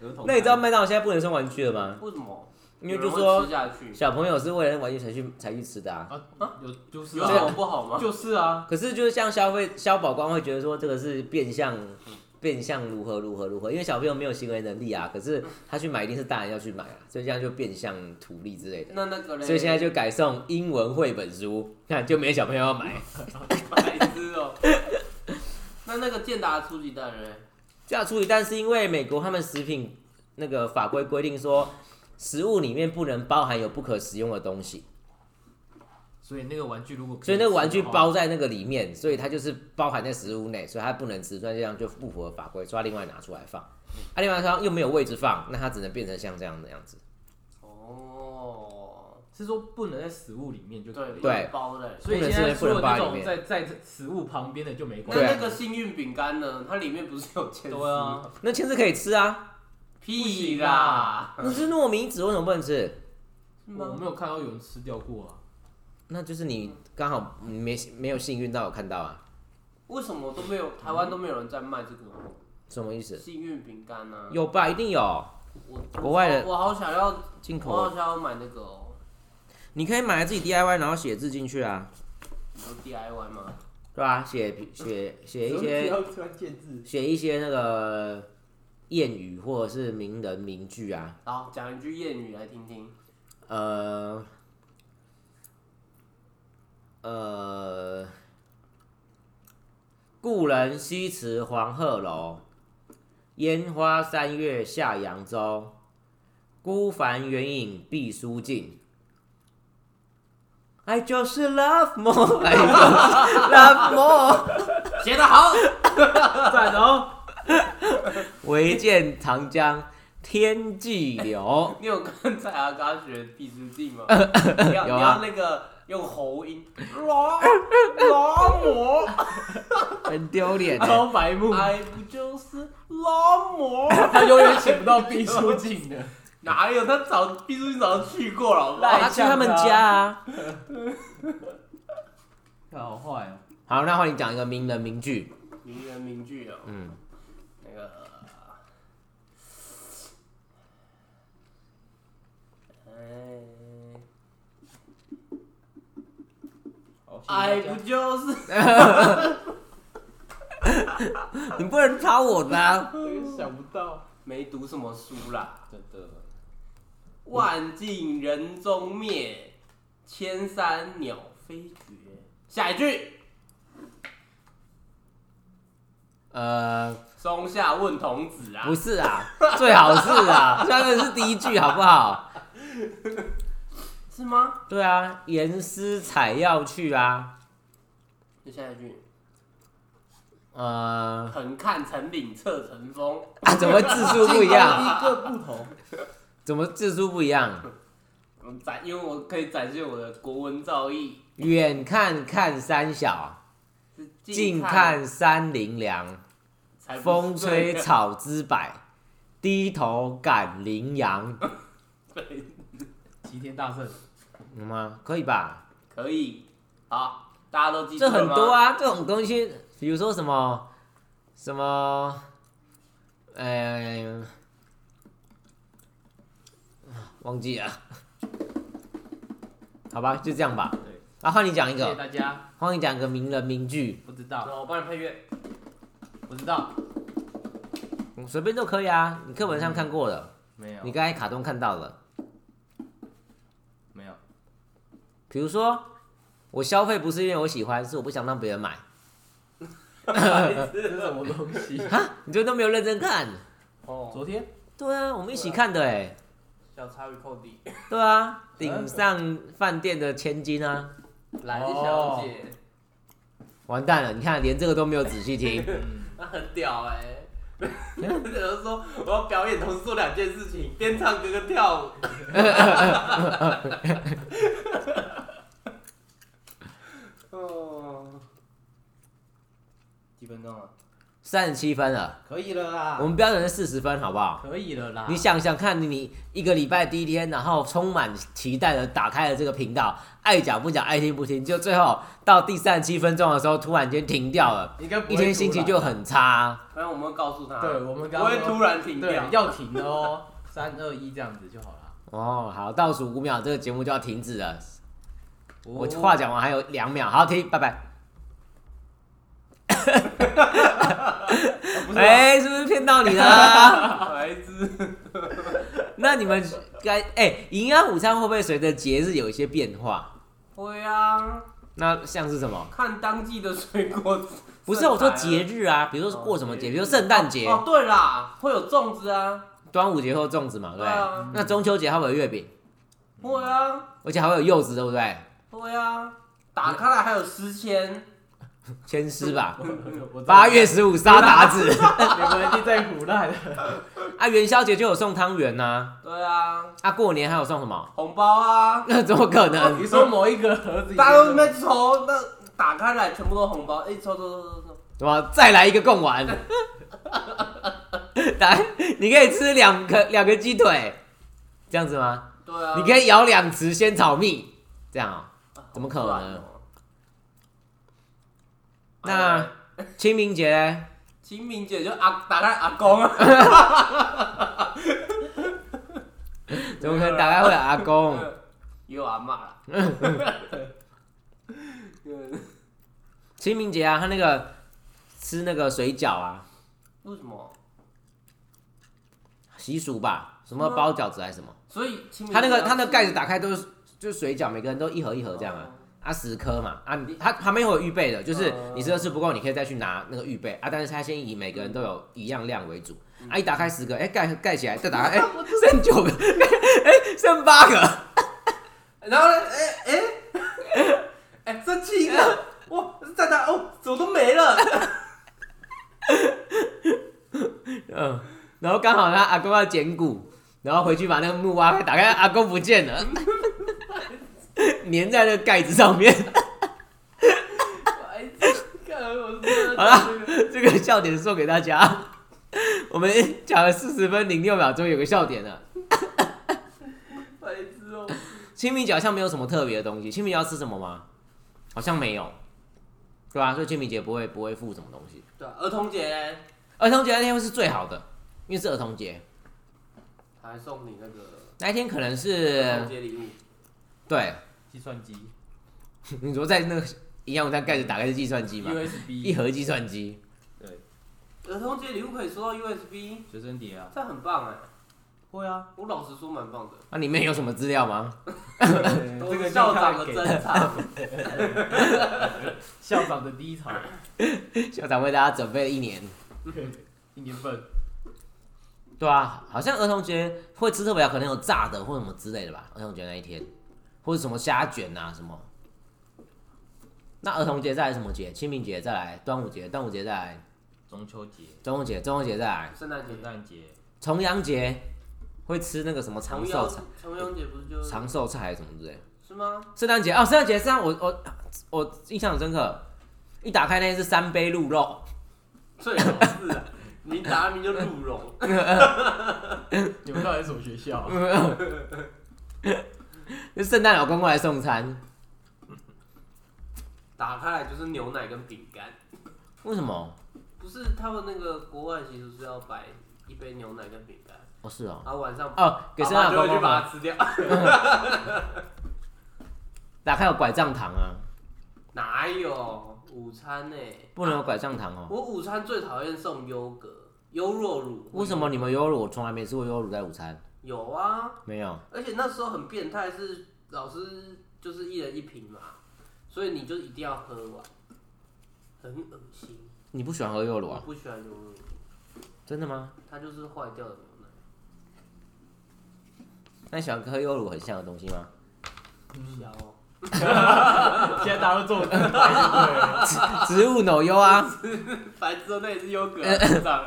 [SPEAKER 2] 童餐。
[SPEAKER 1] 那你知道麦当劳现在不能送玩具了吗？
[SPEAKER 3] 为什么？
[SPEAKER 1] 因为就
[SPEAKER 3] 有人会
[SPEAKER 1] 说
[SPEAKER 3] 吃下去，
[SPEAKER 1] 小朋友是为了玩具才去才去吃的啊。
[SPEAKER 2] 啊有就是
[SPEAKER 3] 有
[SPEAKER 2] 啊
[SPEAKER 3] 什么不好吗？
[SPEAKER 2] 就是啊，
[SPEAKER 1] 可是就是像消费消保官会觉得说这个是变相变相如何如何如何，因为小朋友没有行为能力啊，可是他去买一定是大人要去买啊，所以这样就变相图利之类的。
[SPEAKER 3] 那那个嘞，
[SPEAKER 1] 所以现在就改送英文绘本书，看就没小朋友要买。
[SPEAKER 3] 白痴哦。 那那个健达的初级蛋嘞，
[SPEAKER 1] 这样处理，但是因为美国他们食品那个法规规定说，食物里面不能包含有不可食用的东西，
[SPEAKER 2] 所以那个玩具如果可
[SPEAKER 1] 所以那个玩具
[SPEAKER 2] 吃的话
[SPEAKER 1] 包在那个里面，所以它就是包含在食物内，所以它不能吃，所以这样就不符合法规，所以它另外拿出来放。啊，另外它又没有位置放，那它只能变成像这样的样子。
[SPEAKER 3] 哦，
[SPEAKER 2] 是说不能在食物里面就可
[SPEAKER 3] 对
[SPEAKER 2] 以。
[SPEAKER 1] 对
[SPEAKER 3] 包嘞。
[SPEAKER 2] 所以现在
[SPEAKER 1] 不
[SPEAKER 2] 说
[SPEAKER 1] 能吃不能
[SPEAKER 2] 的
[SPEAKER 1] 扒
[SPEAKER 2] 那
[SPEAKER 1] 里
[SPEAKER 2] 种
[SPEAKER 1] 面
[SPEAKER 2] 在在食物旁边的就没
[SPEAKER 3] 那
[SPEAKER 2] 关系。
[SPEAKER 1] 对啊
[SPEAKER 3] 那个幸运饼干呢？它里面不是有千丝？
[SPEAKER 2] 对啊，
[SPEAKER 1] 那签字可以吃啊，
[SPEAKER 3] 屁啦！
[SPEAKER 1] 那是糯米纸，为什么不能吃？啊
[SPEAKER 3] 是
[SPEAKER 2] 我
[SPEAKER 3] 吗
[SPEAKER 2] 没有看到有人吃掉过啊。
[SPEAKER 1] 那就是你刚好没没有幸运到有看到啊，
[SPEAKER 3] 为什么都没有台湾都没有人在卖这个
[SPEAKER 1] 什么意思？
[SPEAKER 3] 幸运饼干呢？
[SPEAKER 1] 嗯有吧，一定有
[SPEAKER 3] 我
[SPEAKER 1] 国外的
[SPEAKER 3] 我我好想要，
[SPEAKER 1] 进
[SPEAKER 3] 我好
[SPEAKER 1] 口，
[SPEAKER 3] 想要买那个哦，
[SPEAKER 1] 你可以买来自己 DIY，然后写字进去啊。
[SPEAKER 3] 有 DIY 吗？
[SPEAKER 1] 对吧、写写写一些
[SPEAKER 2] 要关键字。
[SPEAKER 1] 写一些那个谚语或者是名人名句啊，
[SPEAKER 3] 好，讲一句谚语来听听。
[SPEAKER 1] 呃呃，故人西辞黄鹤楼，烟花三月下扬州。孤帆远影碧书尽， I just love more, I just love more。
[SPEAKER 3] 写得好，
[SPEAKER 2] 赞哦！
[SPEAKER 1] 唯见长江天际流。
[SPEAKER 3] 你有跟蔡阿嘎学地之地 吗？你要你
[SPEAKER 1] 有啊
[SPEAKER 3] 要那个用喉音，拉拉 磨，
[SPEAKER 1] 很丢脸欸。
[SPEAKER 2] 超白目，
[SPEAKER 3] 爱哎不就是拉磨？
[SPEAKER 2] 他永远请不到毕书尽的。
[SPEAKER 3] 哪有他早毕书尽早就去过了，好不好
[SPEAKER 2] 赖
[SPEAKER 1] 他去他们家啊。
[SPEAKER 2] 他 好坏哦！
[SPEAKER 1] 好，那换你讲一个名人名句。
[SPEAKER 3] 名人名句哦，
[SPEAKER 1] 嗯，
[SPEAKER 3] 那个。哎
[SPEAKER 2] 哎
[SPEAKER 3] 爱不就是
[SPEAKER 1] 你不能抄我的啊、
[SPEAKER 2] 想不到，
[SPEAKER 3] 没读什么书啦？
[SPEAKER 2] 真的
[SPEAKER 3] 万径人踪灭，千山鸟飞绝。下一句，
[SPEAKER 1] 呃，
[SPEAKER 3] 松下问童子啊
[SPEAKER 1] 不，是啊，最好是啊，当然是第一句好不好？
[SPEAKER 3] 是吗？
[SPEAKER 1] 对啊，严师采药去啊。
[SPEAKER 3] 就下一句，
[SPEAKER 1] 呃，
[SPEAKER 3] 横看成岭侧成峰。
[SPEAKER 1] 啊，怎么字数不一样？
[SPEAKER 2] 一个哎不同，
[SPEAKER 1] 怎么字数不一样？
[SPEAKER 3] 嗯展，因为我可以展现我的国文造诣。
[SPEAKER 1] 远看看山小，
[SPEAKER 3] 是
[SPEAKER 1] 近看山林凉。
[SPEAKER 3] 才不啊是
[SPEAKER 1] 风吹
[SPEAKER 3] 对的
[SPEAKER 1] 草之百，低头赶羚羊。
[SPEAKER 3] 对
[SPEAKER 2] 齐天大圣，
[SPEAKER 1] 有吗？嗯啊可以吧？
[SPEAKER 3] 可以，好，大家都记住
[SPEAKER 1] 这
[SPEAKER 3] 了吗
[SPEAKER 1] 很多，啊，这种东西，比如说什么什么，嗯、忘记了， 好吧，就这样吧。
[SPEAKER 2] 对，
[SPEAKER 1] 啊，换你讲一
[SPEAKER 2] 谢谢
[SPEAKER 1] 个，
[SPEAKER 2] 大家。
[SPEAKER 1] 换你讲一个名人名句，
[SPEAKER 2] 不知道，
[SPEAKER 3] 那我帮你配 乐。
[SPEAKER 2] 不知道，
[SPEAKER 1] 嗯随便都可以啊。你课本上看过了，
[SPEAKER 2] 嗯没有
[SPEAKER 1] 你，刚才卡通看到了。
[SPEAKER 2] 没有，
[SPEAKER 1] 比如说，我消费不是因为我喜欢，是我不想让别人买。
[SPEAKER 2] 这是什么东西？
[SPEAKER 1] 哈，你就都没有认真看。
[SPEAKER 3] 哦，
[SPEAKER 2] 昨天
[SPEAKER 1] 对啊，我们一起看的哎、
[SPEAKER 3] 小插与扣底，
[SPEAKER 1] 对啊，顶上饭店的千金啊。
[SPEAKER 3] 蓝小姐，
[SPEAKER 2] 哦
[SPEAKER 1] 完蛋了！你看，连这个都没有仔细听。
[SPEAKER 2] 嗯
[SPEAKER 3] 那很屌哎、欸。 有人说我要表演，同时做两件事情，边唱歌跟 跳舞。哦，几分钟了？
[SPEAKER 1] 三十七分了，
[SPEAKER 2] 可以了啦
[SPEAKER 1] 我，们标准是四十分，好不好？
[SPEAKER 2] 可以了啦。
[SPEAKER 1] 你想想看，你一个礼拜第一天，然后充满期待的打开了这个频道，爱讲不讲，爱听不听，就最后到第三十七分钟的时候，突然间停掉了，
[SPEAKER 2] 应该不会
[SPEAKER 1] 一天心情就很差。
[SPEAKER 3] 反正我们会告诉他，
[SPEAKER 2] 对，我
[SPEAKER 3] 不
[SPEAKER 2] 们刚
[SPEAKER 3] 啊
[SPEAKER 2] 刚
[SPEAKER 3] 会突然停
[SPEAKER 2] 对
[SPEAKER 3] 掉。
[SPEAKER 2] 要停的哦，三二一这样子就好了。
[SPEAKER 1] 哦，好，倒数五秒，这个节目就要停止了。我
[SPEAKER 2] 哦
[SPEAKER 1] 话讲完还有两秒，好，停，拜拜。
[SPEAKER 3] 不是 啊，
[SPEAKER 1] 哎、是不是骗到你了？
[SPEAKER 3] 孩子，
[SPEAKER 1] 那你们该哎，营、养午餐会不会随着节日有一些变化？
[SPEAKER 3] 会啊，
[SPEAKER 1] 那像是什么？
[SPEAKER 3] 看当季的水果。
[SPEAKER 1] 不是我说节日啊，比如说过什么节，比如说圣诞节、
[SPEAKER 3] 哦，对啦，会有粽子啊，
[SPEAKER 1] 端午节或粽子嘛，哦对不
[SPEAKER 3] 对
[SPEAKER 1] 对？
[SPEAKER 3] 啊，
[SPEAKER 1] 那中秋节还会有月饼，
[SPEAKER 3] 会啊，
[SPEAKER 1] 而且还会有柚子，对不对？
[SPEAKER 3] 会啊，打开来还有诗签，
[SPEAKER 1] 千丝吧，
[SPEAKER 2] 我
[SPEAKER 1] 八月十五杀鞑子
[SPEAKER 2] 你们一定在胡乱 了。
[SPEAKER 1] 啊，元宵节就有送汤圆呐、
[SPEAKER 3] 对啊，
[SPEAKER 1] 啊，过年还有送什么？
[SPEAKER 3] 红包啊，
[SPEAKER 1] 那怎么可能？
[SPEAKER 2] 你说某一个盒子，
[SPEAKER 3] 大家都在那边抽，那打开来全部都红包，一抽抽抽抽抽，
[SPEAKER 1] 对吧？再来一个贡丸， 来，你可以吃两个两个鸡腿，这样子吗？
[SPEAKER 3] 对啊，
[SPEAKER 1] 你可以咬两匙鲜草蜜，这样、哦。
[SPEAKER 3] 啊
[SPEAKER 1] 怎么可能？
[SPEAKER 3] 好赚哦哎
[SPEAKER 1] 那清明节嘞
[SPEAKER 3] 清明节就阿打开阿公啊，
[SPEAKER 1] 怎么可能打开会有阿公？
[SPEAKER 3] 也有阿妈啦， 嗯
[SPEAKER 1] 清明节啊，他那个吃那个水饺啊，
[SPEAKER 3] 为什么？
[SPEAKER 1] 习俗吧，什么包饺子还是什么？
[SPEAKER 3] 所以清明
[SPEAKER 1] 他那个
[SPEAKER 3] 节要
[SPEAKER 1] 他那个
[SPEAKER 3] 吃
[SPEAKER 1] 盖子打开都是就是水饺，每个人都一盒一盒这样啊，啊十颗嘛，啊你他旁边会有预备的，就是
[SPEAKER 3] 哦
[SPEAKER 1] 你这个吃不够，你可以再去拿那个预备啊，但是他先以每个人都有一样量为主，
[SPEAKER 3] 嗯
[SPEAKER 1] 啊一打开十个，哎盖盖起来再打开，哎哎剩九个，哎剩八个，
[SPEAKER 3] 然后呢？哎、哎、 气了，哇，在哪？哦，怎么都没了？
[SPEAKER 1] 嗯，然后刚好他阿公要捡骨，然后回去把那个木挖开，打开阿公不见了， 粘在那个盖子上面。
[SPEAKER 3] 哎，看来我是真的
[SPEAKER 1] 好
[SPEAKER 3] 这
[SPEAKER 1] 了
[SPEAKER 3] 个。，
[SPEAKER 1] 这个笑点送给大家。我们讲了四十分零六秒钟，有个笑点了。
[SPEAKER 3] 白痴哦、
[SPEAKER 1] 清明节好像没有什么特别的东西，清明节要吃什么吗？好像没有，对吧、所以清明节不会不会付什么东西。
[SPEAKER 3] 对啊，儿童节嘞，
[SPEAKER 1] 儿童节那天会是最好的，因为是儿童节，
[SPEAKER 3] 他还送你那个
[SPEAKER 1] 那一天可能是
[SPEAKER 3] 儿童节礼物，
[SPEAKER 1] 对，
[SPEAKER 2] 计算机
[SPEAKER 1] 你说在那个营养午餐盖子打开是计算机嘛，一
[SPEAKER 2] ，USB，
[SPEAKER 1] 盒计算机，
[SPEAKER 2] 对，
[SPEAKER 3] 儿童节礼物可以收到 USB，
[SPEAKER 2] 随身碟啊，
[SPEAKER 3] 这样很棒哎、
[SPEAKER 2] 会 啊，
[SPEAKER 3] 我老实说蛮棒的，
[SPEAKER 1] 啊那、里面有什么资料吗？
[SPEAKER 2] 嗯这
[SPEAKER 3] 都
[SPEAKER 2] 个
[SPEAKER 3] 是校长的
[SPEAKER 2] 给
[SPEAKER 3] 珍藏，
[SPEAKER 2] 校长的第一场，
[SPEAKER 1] 校长为大家准备了一年，
[SPEAKER 2] 一年份，
[SPEAKER 1] 对啊，好像儿童节会吃特别好，啊可能有炸的或什么之类的吧，儿童节那一天，或者什么虾卷啊什么。那儿童节再来什么节？清明节再来，端午节，端午节再来，
[SPEAKER 2] 中秋节、
[SPEAKER 1] 中秋节，中秋节再来，
[SPEAKER 3] 圣诞节
[SPEAKER 2] 圣。诞节，
[SPEAKER 1] 重阳节会吃那个什么长
[SPEAKER 3] 重
[SPEAKER 1] 寿
[SPEAKER 3] 阳
[SPEAKER 1] 菜、
[SPEAKER 3] 重阳节不是就
[SPEAKER 1] 长寿菜还是什么之类的。
[SPEAKER 3] 是吗？
[SPEAKER 1] 圣诞节哦，圣诞节是让我我我印象很深刻，一打开那是三杯鹿肉，
[SPEAKER 3] 最好是、啊、你打名就鹿茸，
[SPEAKER 2] 你们到底是什么学校啊？
[SPEAKER 1] 就圣诞老公公来送餐，
[SPEAKER 3] 打开来就是牛奶跟饼干。
[SPEAKER 1] 为什么？
[SPEAKER 3] 不是他们那个国外其实是要摆一杯牛奶跟饼干，
[SPEAKER 1] 哦是哦，
[SPEAKER 3] 然后晚上
[SPEAKER 1] 哦给
[SPEAKER 3] 爸
[SPEAKER 1] 圣
[SPEAKER 3] 爸
[SPEAKER 1] 诞
[SPEAKER 3] 就
[SPEAKER 1] 老
[SPEAKER 3] 会
[SPEAKER 1] 公
[SPEAKER 3] 去把
[SPEAKER 1] 公
[SPEAKER 3] 它吃掉，
[SPEAKER 1] 打开有拐杖糖啊，
[SPEAKER 3] 哪有午餐欸呢、
[SPEAKER 1] 不能有拐杖糖哦。
[SPEAKER 3] 我午餐最讨厌送优格、优酪乳。
[SPEAKER 1] 为什么你们优乳我从来没吃过优乳在午餐？
[SPEAKER 3] 有啊，
[SPEAKER 1] 没有，
[SPEAKER 3] 而且那时候很变态，是老师就是一人一瓶嘛，所以你就一定要喝完，很恶心。
[SPEAKER 1] 你不喜欢喝优乳
[SPEAKER 3] 我
[SPEAKER 1] 啊？
[SPEAKER 3] 不喜欢优酪乳，
[SPEAKER 1] 真的吗？
[SPEAKER 3] 它就是坏掉的牛奶，
[SPEAKER 1] 那你喜欢喝优乳很像的东西吗？
[SPEAKER 3] 香哦。
[SPEAKER 2] 现在大家都做品牌就对了
[SPEAKER 1] 植物奶优啊，
[SPEAKER 3] 白痴哦，那也是优格 啊，智障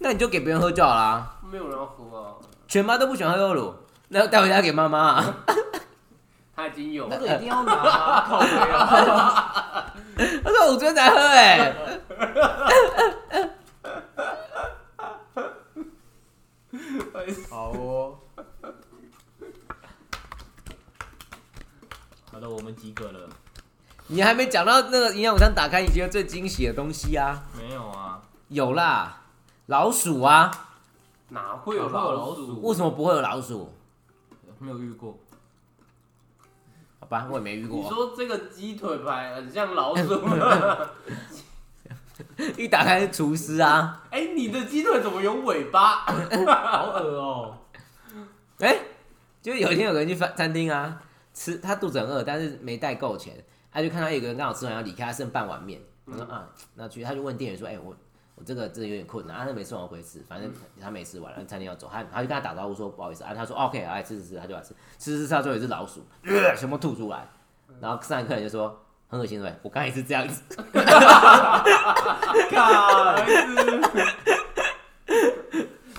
[SPEAKER 1] 那你就给别人喝就好啦。
[SPEAKER 3] 没有人要喝啊，
[SPEAKER 1] 全班都不喜欢喝优乳，那带回家给妈妈、 啊。
[SPEAKER 3] 他已经有
[SPEAKER 2] 那
[SPEAKER 3] 了。
[SPEAKER 2] 个 一定要拿啊，靠背啊，
[SPEAKER 1] 他说我昨天才喝哎、
[SPEAKER 2] 好哦。好的，我们及格了。
[SPEAKER 1] 你还没讲到那个营养午餐打开，你觉得最惊喜的东西啊？
[SPEAKER 2] 没有啊，
[SPEAKER 1] 有啦，老鼠啊！
[SPEAKER 3] 哪会有老鼠？
[SPEAKER 1] 为什么不会有老鼠？
[SPEAKER 2] 没有遇过。
[SPEAKER 1] 好吧，我也没遇
[SPEAKER 3] 你
[SPEAKER 1] 过。
[SPEAKER 3] 说这个鸡腿排很像老 鼠吗？
[SPEAKER 1] 一打开是厨师啊！
[SPEAKER 3] 哎、你的鸡腿怎么有尾巴？
[SPEAKER 2] 好恶哦、
[SPEAKER 1] 哎、就是有一天有个人去饭餐厅啊，吃他肚子很饿，但是没带够钱，他就看到有个人刚好吃完要离开，他剩半碗面，他说啊，那去，他就问店员说，哎、我我这个真的有点困难，啊，那没吃完我回吃，反正他没吃完，然后餐厅要走，他他就跟他打招呼说不好意思啊，他说 OK，来吃吃吃，他就来吃，吃吃吃，他最后也是老鼠，呃全部吐出来，然后上一客人就说很恶心对不对，我刚才也是这样子，
[SPEAKER 2] 靠，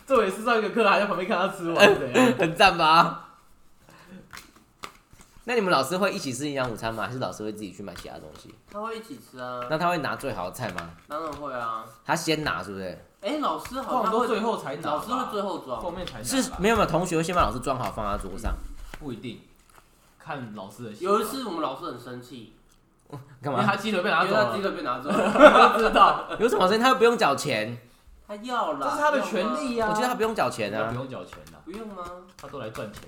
[SPEAKER 2] 这也是上一个课还在旁边看他吃完的呀。
[SPEAKER 1] 很赞吧？那你们老师会一起吃营养午餐吗？还是老师会自己去买其他东西？
[SPEAKER 3] 他会一起吃啊，
[SPEAKER 1] 那他会拿最好的菜吗？
[SPEAKER 3] 当然会啊。
[SPEAKER 1] 他先拿是不是？
[SPEAKER 3] 哎、老师好
[SPEAKER 2] 通常
[SPEAKER 3] 像
[SPEAKER 2] 都
[SPEAKER 3] 会
[SPEAKER 2] 最，后才拿吧，
[SPEAKER 3] 老师会最后
[SPEAKER 2] 后
[SPEAKER 3] 装。
[SPEAKER 2] 面才拿吧
[SPEAKER 1] 是没有没有，同学会先把老师装好放在桌上，
[SPEAKER 2] 不一定，看老师的习惯。
[SPEAKER 3] 有一次我们老师很生气，
[SPEAKER 1] 干
[SPEAKER 2] 因为
[SPEAKER 1] 嘛？
[SPEAKER 2] 他鸡腿被
[SPEAKER 3] 因
[SPEAKER 2] 拿
[SPEAKER 3] 为
[SPEAKER 2] 走
[SPEAKER 3] 他
[SPEAKER 2] 了
[SPEAKER 3] 鸡，腿被拿走了，
[SPEAKER 2] 我知道，
[SPEAKER 1] 有什么事情他又不用缴钱？
[SPEAKER 3] 他要了，
[SPEAKER 2] 这是他的权利啊呀。
[SPEAKER 1] 我觉得他不用缴钱
[SPEAKER 2] 他不
[SPEAKER 1] 啊，
[SPEAKER 2] 用缴钱的，
[SPEAKER 3] 不用吗？
[SPEAKER 2] 他都来赚钱的。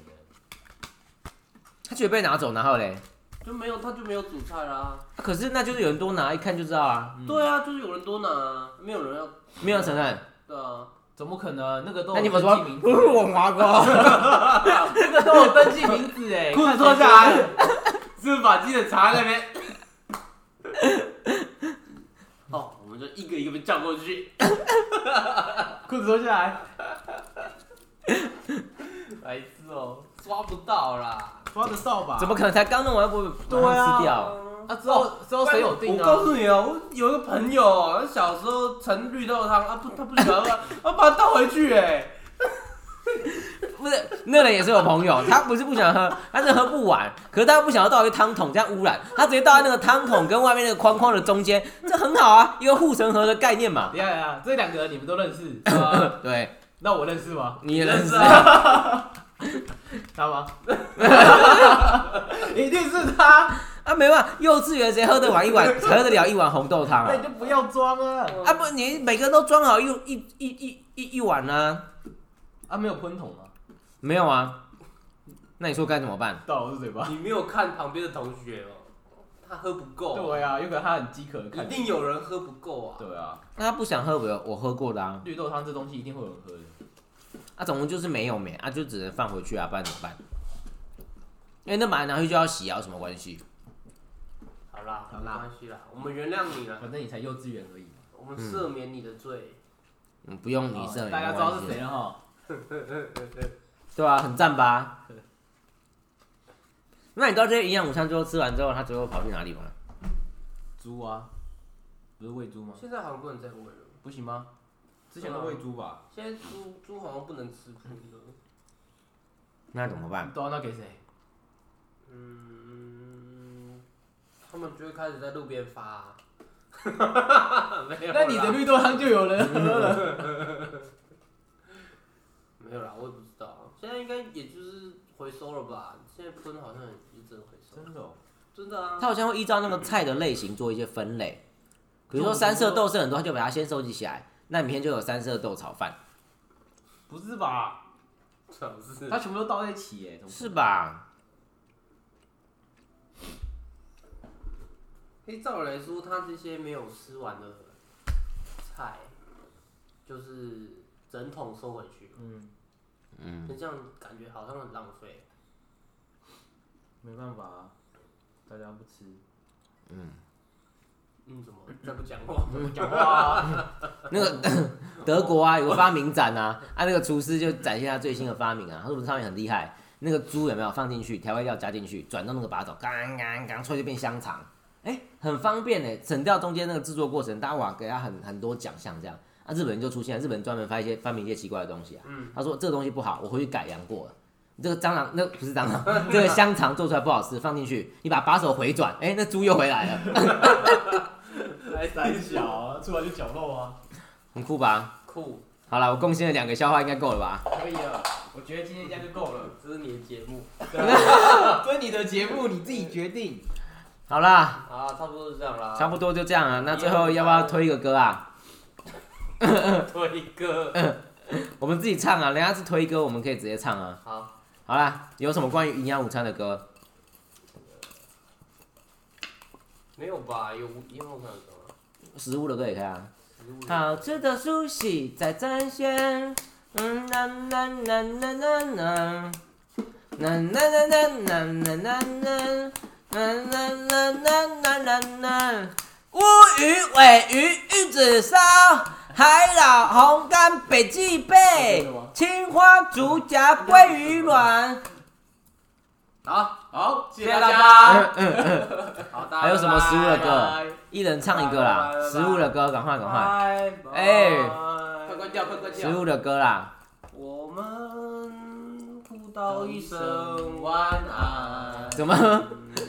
[SPEAKER 1] 他觉得被拿走，然后嘞，
[SPEAKER 3] 就没有他就没有主菜啦。
[SPEAKER 1] 啊可是那就是有人多拿，一看就知道啊，
[SPEAKER 2] 嗯
[SPEAKER 3] 对啊，就是有人多拿啊，没有人要。
[SPEAKER 1] 没有人承认。
[SPEAKER 3] 对啊，
[SPEAKER 2] 怎么可能？那个都有
[SPEAKER 1] 那你们
[SPEAKER 2] 登
[SPEAKER 1] 说
[SPEAKER 2] 记名字
[SPEAKER 1] 不是我拿过？
[SPEAKER 2] 那个都有登记名字 哎，
[SPEAKER 3] 裤子脱下来， 是不是把鸡腿插在那边？ 哦，我们就一个一个被叫过去。
[SPEAKER 2] 裤子脱下 来。
[SPEAKER 3] 白痴哦，抓不到啦！
[SPEAKER 2] 抓得到吧？
[SPEAKER 1] 怎么可能才刚弄完不
[SPEAKER 2] 对
[SPEAKER 1] 马上
[SPEAKER 2] 啊
[SPEAKER 1] 吃掉？
[SPEAKER 2] 啊？之后之后谁有定
[SPEAKER 3] 我
[SPEAKER 2] 啊？
[SPEAKER 3] 告诉你哦，我有一个朋友哦，他小时候盛绿豆汤啊，不，他不喜欢，要把它倒回去哎。
[SPEAKER 1] 不是，那人也是我朋友， 他不是不想喝，他是喝不完，可是他不想要倒一个汤桶这样污染，他直接倒在那个汤桶跟外面那个框框的中间，这很好啊，一个护城河的概念嘛。
[SPEAKER 2] 等一下等一下，这两个人你们都认识，是 吧
[SPEAKER 1] 对，
[SPEAKER 2] 那我认识吗？
[SPEAKER 1] 你也认识，
[SPEAKER 3] 啊？
[SPEAKER 2] 他吗？ 一定是他，
[SPEAKER 1] 啊，没办法，幼稚园谁喝得完 一碗，谁喝得了一碗红豆汤
[SPEAKER 2] 那你
[SPEAKER 1] 啊？
[SPEAKER 2] 就不要装了。
[SPEAKER 1] 啊不，你每个人都装好一一一一一一碗啊？
[SPEAKER 2] 啊，没有喷筒吗？
[SPEAKER 1] 没有啊？那你说该怎么办？
[SPEAKER 2] 到我是嘴巴。
[SPEAKER 3] 你没有看旁边的同学哦，他喝不够，哦
[SPEAKER 2] 对啊，有可能他很饥渴的
[SPEAKER 3] 一
[SPEAKER 2] 看。
[SPEAKER 3] 定有人喝不够啊。
[SPEAKER 2] 对啊，
[SPEAKER 1] 那他不想喝，我我喝过的啊，
[SPEAKER 2] 绿豆汤这东西一定会有人喝的。
[SPEAKER 1] 啊，总共就是没有没啊，就只能放回去啊，不然怎么办？因为那马上拿回去就要洗啊，有什么关系？
[SPEAKER 3] 好啦，
[SPEAKER 2] 好
[SPEAKER 3] 没
[SPEAKER 2] 啦嗯
[SPEAKER 3] 关系啦，我们原谅你了，
[SPEAKER 2] 反正你才幼稚园而已。
[SPEAKER 3] 我们赦免你的罪。
[SPEAKER 1] 嗯，不用你这、
[SPEAKER 2] 哦大家知道是谁了哈。
[SPEAKER 1] 对啊，很赞吧？ 那你知道这些营养午餐最后吃完之后，他最后跑去哪里吗？
[SPEAKER 2] 猪啊，不是喂猪吗？
[SPEAKER 3] 现在好像不能再喂了，
[SPEAKER 2] 不行吗？之前都喂猪吧？
[SPEAKER 3] 现在猪猪好像不能吃猪了。
[SPEAKER 1] 那怎么办？
[SPEAKER 2] 对啊，那给谁？
[SPEAKER 3] 嗯，他们就会开始在路边发、啊。没有啦，
[SPEAKER 2] 那你的绿豆汤就有人 喝了。
[SPEAKER 3] 没有啦，我也不知道。现在应该也就是回收了吧？现在喷好像也一直回收，
[SPEAKER 2] 真的、哦？
[SPEAKER 3] 真的啊
[SPEAKER 1] 他。好像会依照那个菜的类型做一些分类，比如说三色豆是很多，他就把它先收集起来，那明天就有三色豆炒饭，
[SPEAKER 2] 不是吧？
[SPEAKER 3] 早是
[SPEAKER 2] 它全部都倒在一起耶，怎么可能
[SPEAKER 1] 是？吧？
[SPEAKER 3] 诶，照理来说，他这些没有吃完的菜，就是整桶收回去，
[SPEAKER 2] 嗯，
[SPEAKER 1] 嗯，
[SPEAKER 3] 那这样感觉好像很浪费。
[SPEAKER 2] 没办法、啊，大家不吃。
[SPEAKER 3] 嗯，怎么再不讲话？
[SPEAKER 2] 讲话啊，
[SPEAKER 1] 那个 德国啊，有个发明展啊，啊，那个厨师就展现他最新的发明啊，他说他们很厉害，那个猪有没有放进去，调味料加进去，转动那个把手，刚刚刚脆就变香肠，哎、很方便哎、省掉中间那个制作过程，大家哇给他很很多奖项这样。啊，日本人就出现了，日本人专门发一些发明一些奇怪的东西啊。
[SPEAKER 3] 嗯
[SPEAKER 1] 他说这个东西不好，我回去改良过了。你这个蟑螂，那不是蟑螂， 这个香肠做出来不好吃，放进去，你把把手回转，哎、那猪又回来了，
[SPEAKER 3] 来
[SPEAKER 2] 胆小啊，出来就绞肉啊。
[SPEAKER 1] 很酷吧？
[SPEAKER 3] 酷，
[SPEAKER 1] 好了，我贡献了两个笑话，应该够了吧？
[SPEAKER 2] 可以了，我觉得今天这样就够了。
[SPEAKER 3] 这是你的节目。
[SPEAKER 2] 这是你的节目，你自己决定。
[SPEAKER 1] 好啦。
[SPEAKER 3] 啊，差不多是这样啦。
[SPEAKER 1] 差不多就这样啊。那最后要不要推一个歌啊？
[SPEAKER 3] 多一个。
[SPEAKER 1] 我们自己唱啊，人家是推歌，我们可以直接唱啊。
[SPEAKER 3] 好，
[SPEAKER 1] 好啦，有什么关于营养午餐的歌？
[SPEAKER 3] 没有吧？有无音乐上有什么？
[SPEAKER 1] 食物的歌也可以啊。
[SPEAKER 3] 食物
[SPEAKER 1] 好吃的苏西在展现，嗯啦啦啦啦啦啦，啦啦啦啦啦啦啦啦。啦啦啦啦啦啦啦，乌鱼、尾鱼、玉子烧、海老、红干、北极贝、青花、竹夹、鲑鱼卵，
[SPEAKER 3] 好，
[SPEAKER 2] 好，谢
[SPEAKER 3] 谢
[SPEAKER 2] 谢
[SPEAKER 3] 谢
[SPEAKER 2] 大
[SPEAKER 3] 大
[SPEAKER 2] 家。
[SPEAKER 3] 家。好，大家
[SPEAKER 1] 还有什么食物的
[SPEAKER 3] 拜
[SPEAKER 1] 歌？一人唱一个啦
[SPEAKER 3] 拜拜拜，拜
[SPEAKER 1] 食物的歌，赶快赶快，
[SPEAKER 3] 拜。
[SPEAKER 1] 哎
[SPEAKER 3] 拜快关掉，快关
[SPEAKER 1] 食
[SPEAKER 3] 掉。
[SPEAKER 1] 物的歌啦，
[SPEAKER 3] 我们互道一声晚安。
[SPEAKER 1] 怎么